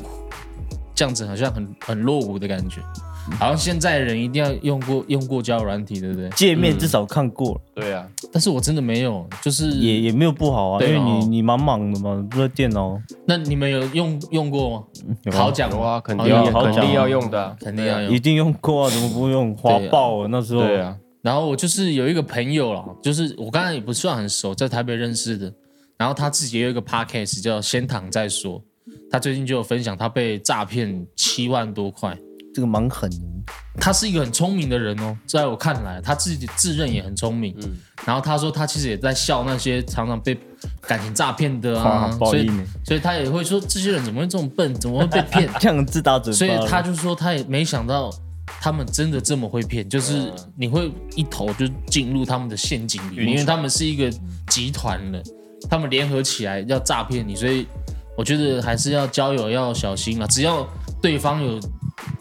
[SPEAKER 1] 这样子好像很很落伍的感觉，
[SPEAKER 2] 嗯
[SPEAKER 1] 好像现在人一定要用过用过交友软体，对不对？
[SPEAKER 2] 界面至少看过了，
[SPEAKER 3] 对啊，
[SPEAKER 1] 但是我真的没有，就是
[SPEAKER 2] 也也没有不好啊，因
[SPEAKER 1] 对啊
[SPEAKER 2] 为你你蛮忙的嘛，不是电脑，
[SPEAKER 1] 那你们有用用过吗？
[SPEAKER 2] 有啊
[SPEAKER 1] 好讲
[SPEAKER 3] 有啊，肯
[SPEAKER 1] 好
[SPEAKER 3] 定要
[SPEAKER 1] 用
[SPEAKER 2] 好
[SPEAKER 3] 肯
[SPEAKER 2] 讲
[SPEAKER 3] 定
[SPEAKER 2] 啊
[SPEAKER 3] 要用的啊，
[SPEAKER 1] 肯定要
[SPEAKER 2] 一
[SPEAKER 1] 用。
[SPEAKER 2] 定用过啊，怎么不用？花爆了那时候，
[SPEAKER 3] 对啊，
[SPEAKER 1] 然后我就是有一个朋友啦，就是我刚才也不算很熟，在台北认识的。然后他自己也有一个 podcast 叫“先躺再说”，他最近就有分享他被诈骗七万多块。
[SPEAKER 2] 这个蛮狠的，
[SPEAKER 1] 他是一个很聪明的人哦，在我看来，他自己自认也很聪明。
[SPEAKER 3] 嗯
[SPEAKER 1] 然后他说他其实也在笑那些常常被感情诈骗的啊，
[SPEAKER 2] 哇报
[SPEAKER 1] 所以
[SPEAKER 2] 应呢
[SPEAKER 1] 所以他也会说这些人怎么会这么笨，怎么会被骗？
[SPEAKER 2] 这样自打嘴巴
[SPEAKER 1] 所以
[SPEAKER 2] 了。
[SPEAKER 1] 他就说他也没想到他们真的这么会骗，就是
[SPEAKER 2] 啊
[SPEAKER 1] 你会一头就进入他们的陷阱里面，
[SPEAKER 3] 晕船
[SPEAKER 1] 因为他们是一个集团的，他们联合起来要诈骗你，所以我觉得还是要交友要小心啊，只要对方有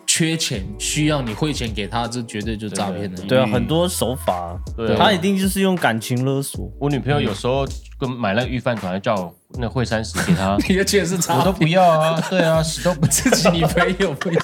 [SPEAKER 1] 缺钱需要你汇钱给他，这绝对就诈骗了。
[SPEAKER 2] 对啊，
[SPEAKER 3] 嗯
[SPEAKER 2] 很多手法，
[SPEAKER 3] 对啊
[SPEAKER 2] 他一定就是用感情勒索。
[SPEAKER 3] 我女朋友有时候跟买那个预饭团，叫我那惠山石给她，
[SPEAKER 1] 你的钱是诈
[SPEAKER 3] 我都不要啊，对啊，死都 [laughs] 不。
[SPEAKER 1] 自己女朋友不要，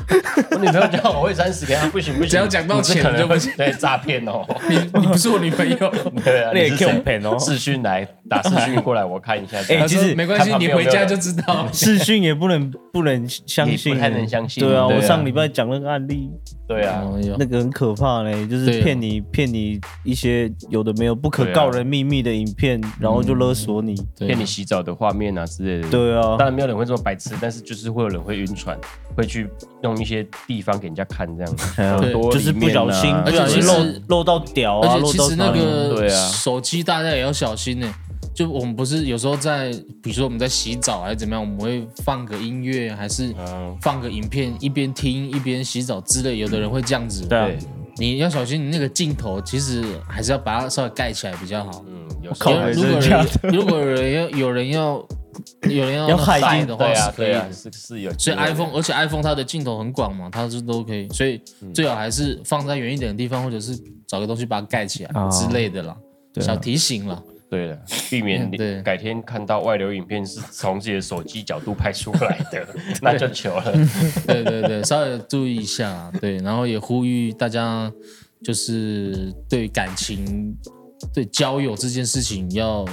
[SPEAKER 3] 我女朋友叫我惠山石给她，不行不行，
[SPEAKER 1] 只要讲到
[SPEAKER 3] 你这
[SPEAKER 1] 钱
[SPEAKER 3] 可能
[SPEAKER 1] 就不
[SPEAKER 3] 会
[SPEAKER 1] 行
[SPEAKER 3] 对诈骗哦。
[SPEAKER 1] 你你不是我女朋友。
[SPEAKER 3] 对啊，
[SPEAKER 2] 那也
[SPEAKER 3] 是谁
[SPEAKER 2] Q 片哦
[SPEAKER 3] 视讯来打视讯过来，我看一下。
[SPEAKER 2] 哎
[SPEAKER 1] [laughs] 他
[SPEAKER 2] 其
[SPEAKER 1] 说
[SPEAKER 2] 实
[SPEAKER 1] 没关系，
[SPEAKER 3] 看旁
[SPEAKER 1] 你
[SPEAKER 3] 边
[SPEAKER 1] 回
[SPEAKER 3] 有没
[SPEAKER 1] 家
[SPEAKER 3] 有
[SPEAKER 1] 就知道了。
[SPEAKER 2] 视讯也不能不能相信，
[SPEAKER 3] 也不太能相信
[SPEAKER 2] 对啊，
[SPEAKER 3] 对啊
[SPEAKER 2] 我上礼拜讲那个案例，
[SPEAKER 3] 对啊，
[SPEAKER 1] 哎呦
[SPEAKER 2] 那个很可怕嘞，就是
[SPEAKER 1] 对啊
[SPEAKER 2] 骗你骗你一些有的没有不可
[SPEAKER 3] 对啊嗯
[SPEAKER 2] 告人秘密的影片，然后就勒索你。
[SPEAKER 1] 对啊
[SPEAKER 3] 骗你洗澡的画面啊之类的。
[SPEAKER 2] 对啊
[SPEAKER 3] 当，然没有人会这么白痴，但是就是会有人会晕船，会去弄一些地方给人家看
[SPEAKER 1] [laughs]
[SPEAKER 3] 这样。
[SPEAKER 1] 对
[SPEAKER 3] 耳朵里面啊啊
[SPEAKER 2] 就是不小心
[SPEAKER 1] 而
[SPEAKER 2] 不
[SPEAKER 1] 且
[SPEAKER 2] 小心
[SPEAKER 1] 其实
[SPEAKER 2] 漏漏到屌
[SPEAKER 3] 哦
[SPEAKER 2] 啊，
[SPEAKER 1] 而且
[SPEAKER 2] 漏
[SPEAKER 1] 其
[SPEAKER 2] 到
[SPEAKER 1] 实那
[SPEAKER 2] 哪里
[SPEAKER 3] 嗯
[SPEAKER 1] 个
[SPEAKER 3] 对啊
[SPEAKER 1] 手机大家也要小心呢、欸就我们不是有时候在，比如说我们在洗澡还是怎么样，我们会放个音乐，还是
[SPEAKER 3] 嗯
[SPEAKER 1] 放个影片，一边听一边洗澡之类。有的人会这样子，
[SPEAKER 2] 对啊
[SPEAKER 3] 对，
[SPEAKER 1] 你要小心，你那个镜头其实还是要把它稍微盖起来比较好。
[SPEAKER 3] 嗯，有时
[SPEAKER 2] 靠
[SPEAKER 3] 候
[SPEAKER 1] 有人
[SPEAKER 2] 还
[SPEAKER 1] 如
[SPEAKER 2] 是
[SPEAKER 1] 果有
[SPEAKER 2] 这样
[SPEAKER 1] 人如果有人要有人要有人要
[SPEAKER 2] 要
[SPEAKER 1] 那
[SPEAKER 2] 害
[SPEAKER 1] 晒
[SPEAKER 2] 进
[SPEAKER 1] 的话
[SPEAKER 3] 对
[SPEAKER 1] 是
[SPEAKER 3] 啊
[SPEAKER 1] 可以
[SPEAKER 3] 对
[SPEAKER 1] 的
[SPEAKER 3] 啊，是是有机
[SPEAKER 1] 所
[SPEAKER 3] 会
[SPEAKER 1] 以
[SPEAKER 3] 的。
[SPEAKER 1] iPhone，而且 iPhone 它的镜头很广嘛，它是都可以，所以
[SPEAKER 2] 嗯
[SPEAKER 1] 最好还是放在远一点的地方，或者是找个东西把它盖起来
[SPEAKER 2] 哦
[SPEAKER 1] 之类的啦。
[SPEAKER 2] 啊
[SPEAKER 1] 小提醒啦，
[SPEAKER 3] 对了，避免
[SPEAKER 1] 嗯对
[SPEAKER 3] 改天看到外流影片是从自己的手机角度拍出来
[SPEAKER 1] [laughs]
[SPEAKER 3] 的，那就糗了。
[SPEAKER 1] 对对对，稍微注意一下啊，对，然后也呼吁大家，就是对感情、对交友这件事情要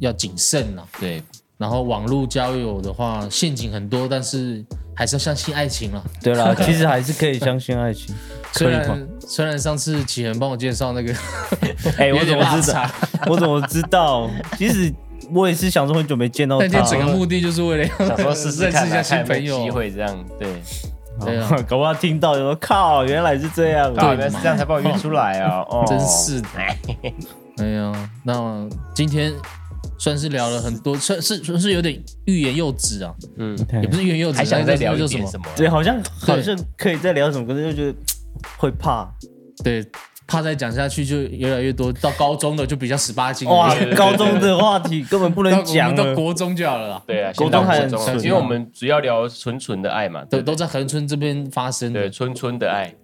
[SPEAKER 1] 要谨慎啦。
[SPEAKER 3] 对，
[SPEAKER 1] 然后网络交友的话，陷阱很多，但是还是要相信爱情啦。
[SPEAKER 2] 对啦，其实还是可以相信爱情。
[SPEAKER 1] 虽
[SPEAKER 2] 可以吗
[SPEAKER 1] 然虽然上次启恒帮我介绍那个，
[SPEAKER 2] [laughs] 哎，
[SPEAKER 1] 有
[SPEAKER 2] 我怎
[SPEAKER 1] 点
[SPEAKER 2] 么
[SPEAKER 1] 拉
[SPEAKER 2] 知道？
[SPEAKER 1] 差，
[SPEAKER 2] 我怎么知道？其实我也是想说很久没见到
[SPEAKER 1] 但今
[SPEAKER 2] 他
[SPEAKER 1] 天，整个目的就是为了要
[SPEAKER 3] 想说试试看
[SPEAKER 1] [laughs] 认识一
[SPEAKER 3] 啊，
[SPEAKER 1] 下
[SPEAKER 3] 看
[SPEAKER 1] 新
[SPEAKER 3] 有
[SPEAKER 1] 朋
[SPEAKER 3] 没有机
[SPEAKER 1] 友。
[SPEAKER 3] 会这样。对，
[SPEAKER 1] 对啊，
[SPEAKER 2] 搞不 [laughs] 好听到就说靠，原来是这样。
[SPEAKER 3] 啊，原来是这样才把我约出来啊！
[SPEAKER 1] [laughs]
[SPEAKER 3] 哦，
[SPEAKER 1] 真是
[SPEAKER 3] [laughs]
[SPEAKER 1] 的。哎呀，那今天算是聊了很多，算是算是有点欲言又止啊，
[SPEAKER 3] 嗯，
[SPEAKER 1] 也不是欲言又止，啊
[SPEAKER 3] 还想再聊
[SPEAKER 1] 那
[SPEAKER 3] 一
[SPEAKER 1] 个叫什
[SPEAKER 3] 点
[SPEAKER 1] 么
[SPEAKER 3] 什？么？
[SPEAKER 2] 对，好像好像可以再聊什么，可是又觉得会怕。
[SPEAKER 1] 对，怕再讲下去就越来越多，到高中的就比较十八禁了。
[SPEAKER 2] 哇
[SPEAKER 1] 对，
[SPEAKER 2] 高中的话题根本不
[SPEAKER 1] 到
[SPEAKER 2] 能讲啊
[SPEAKER 1] 我们到
[SPEAKER 2] 了。
[SPEAKER 1] 国中就好了啦，
[SPEAKER 3] 对啊，
[SPEAKER 2] 国
[SPEAKER 3] 先到
[SPEAKER 2] 中还很
[SPEAKER 3] 国中啊
[SPEAKER 2] 纯
[SPEAKER 3] 因为我们主要聊纯纯的爱嘛，
[SPEAKER 1] 都
[SPEAKER 3] 对
[SPEAKER 1] 都在恒春这边发生
[SPEAKER 3] 对，
[SPEAKER 1] 的，
[SPEAKER 3] 纯纯的爱，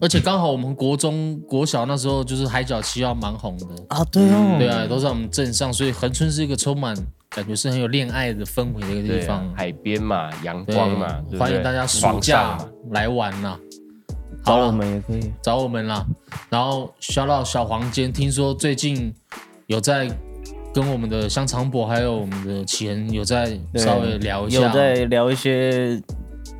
[SPEAKER 1] 而且刚好我们国中、国小那时候就是海角七号蛮红的，
[SPEAKER 2] 啊，对哦，
[SPEAKER 1] 对啊，都在我们镇上，所以恒春是一个充满感觉是很有恋爱的氛围的一个
[SPEAKER 3] 对
[SPEAKER 1] 地
[SPEAKER 3] 啊
[SPEAKER 1] 方，。
[SPEAKER 3] 海边嘛，阳
[SPEAKER 1] 对
[SPEAKER 3] 光嘛，对不对
[SPEAKER 1] 欢迎大家暑
[SPEAKER 3] 床
[SPEAKER 1] 假
[SPEAKER 3] 上嘛，
[SPEAKER 1] 来玩啦，
[SPEAKER 2] 找
[SPEAKER 1] 好啦
[SPEAKER 2] 我们也可以。
[SPEAKER 1] 找我们啦。然后小到小黄间，听说最近有在跟我们的香肠伯还有我们的启恒有在
[SPEAKER 2] 对
[SPEAKER 1] 稍微聊一
[SPEAKER 2] 有
[SPEAKER 1] 下
[SPEAKER 2] 在聊一些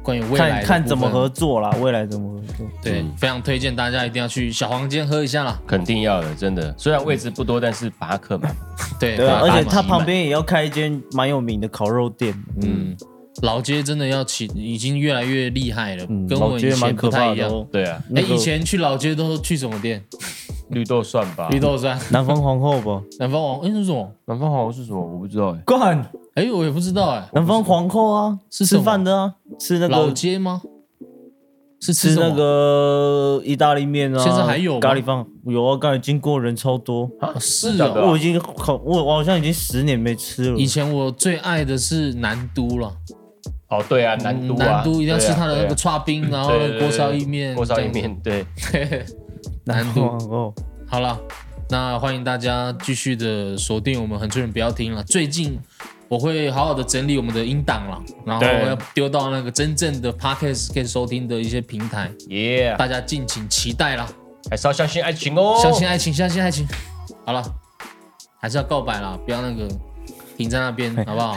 [SPEAKER 1] 关于未来的
[SPEAKER 2] 看看
[SPEAKER 1] 部
[SPEAKER 2] 怎么
[SPEAKER 1] 分
[SPEAKER 2] 合作啦，未来怎么合作？
[SPEAKER 1] 对，非常推荐大家一定要去小黄间喝一下啦。
[SPEAKER 3] 肯定要的，真的。虽然位置不多，但是把
[SPEAKER 1] [laughs]
[SPEAKER 3] 它客满。
[SPEAKER 1] 对，
[SPEAKER 2] 对啊，
[SPEAKER 1] 把
[SPEAKER 2] 而且
[SPEAKER 1] 把
[SPEAKER 2] 他
[SPEAKER 1] 挤
[SPEAKER 2] 旁
[SPEAKER 1] 满
[SPEAKER 2] 边也要开一间蛮有名的烤肉店，
[SPEAKER 1] 嗯，老街真的要起，已经越来越厉害了，
[SPEAKER 2] 嗯，
[SPEAKER 1] 跟
[SPEAKER 2] 我
[SPEAKER 1] 我
[SPEAKER 2] 觉
[SPEAKER 1] 以
[SPEAKER 2] 得蛮
[SPEAKER 1] 前
[SPEAKER 2] 可
[SPEAKER 1] 不
[SPEAKER 2] 怕
[SPEAKER 1] 太一
[SPEAKER 2] 的
[SPEAKER 1] 样。
[SPEAKER 2] 哦。
[SPEAKER 3] 对啊，
[SPEAKER 1] 哎，
[SPEAKER 2] 那个
[SPEAKER 1] 以前去老街都去什么店？
[SPEAKER 3] 绿豆蒜吧。
[SPEAKER 1] 绿豆酸、
[SPEAKER 2] 南方皇后吧，
[SPEAKER 1] 南方王，哎，那是什么？
[SPEAKER 3] 南方红是什么？我不知道哎。
[SPEAKER 2] 干
[SPEAKER 1] 哎，我也不知道，哎，
[SPEAKER 2] 南方皇后啊，
[SPEAKER 1] 是什
[SPEAKER 2] 吃
[SPEAKER 1] 么
[SPEAKER 2] 饭的啊，吃那
[SPEAKER 1] 老
[SPEAKER 2] 个
[SPEAKER 1] 街吗？是
[SPEAKER 2] 吃
[SPEAKER 1] 什么
[SPEAKER 2] 那个意大利面啊，
[SPEAKER 1] 现在还有吗
[SPEAKER 2] 咖喱饭有啊，刚才经过人超多，
[SPEAKER 1] 啊是
[SPEAKER 3] 真的啊
[SPEAKER 1] 哦。
[SPEAKER 2] 我已经好，我我好像已经十年没吃了
[SPEAKER 1] 以。前我最爱的是南都了，
[SPEAKER 3] 哦，对啊，南都啊，
[SPEAKER 1] 南都一定要吃它的那
[SPEAKER 3] 对
[SPEAKER 1] 个
[SPEAKER 3] 啊
[SPEAKER 1] 串冰，然后
[SPEAKER 3] 对对对
[SPEAKER 1] 锅烧意面，
[SPEAKER 3] 锅烧意面，对，
[SPEAKER 1] 这
[SPEAKER 3] [laughs]
[SPEAKER 1] 样子。
[SPEAKER 2] 南
[SPEAKER 1] 南
[SPEAKER 2] 方
[SPEAKER 1] 都
[SPEAKER 2] 皇后，
[SPEAKER 1] 好了，那欢迎大家继续的锁定我们很多人不要听了。最近我会好好的整理我们的音档了，然后
[SPEAKER 3] 对
[SPEAKER 1] 要丢到那个真正的 podcast 可以收听的一些平台，
[SPEAKER 3] 耶，
[SPEAKER 1] 大家敬请期待啦！
[SPEAKER 3] 还是要相信爱情哦，
[SPEAKER 1] 相信爱情，相信爱情。好了，还是要告白啦，不要那个停在那边，好不好？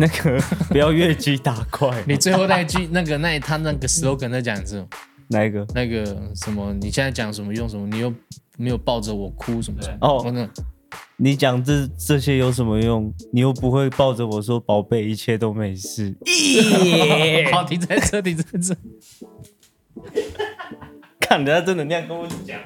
[SPEAKER 2] 那个 [laughs] 不要越级打怪，
[SPEAKER 1] 你最后那一句那个那一他那个 slogan 再讲一次，
[SPEAKER 2] 哪一个？
[SPEAKER 1] 那个什么，你现在讲什么用什么，你又没有抱着我哭什么什么。
[SPEAKER 2] 哦
[SPEAKER 1] 我，那
[SPEAKER 2] 你讲这这些有什么用？你又不会抱着我说宝贝，一切都没事。
[SPEAKER 1] [laughs]
[SPEAKER 3] 哎
[SPEAKER 1] 好，停在这，停在这。
[SPEAKER 2] 看人家真的那样跟我讲，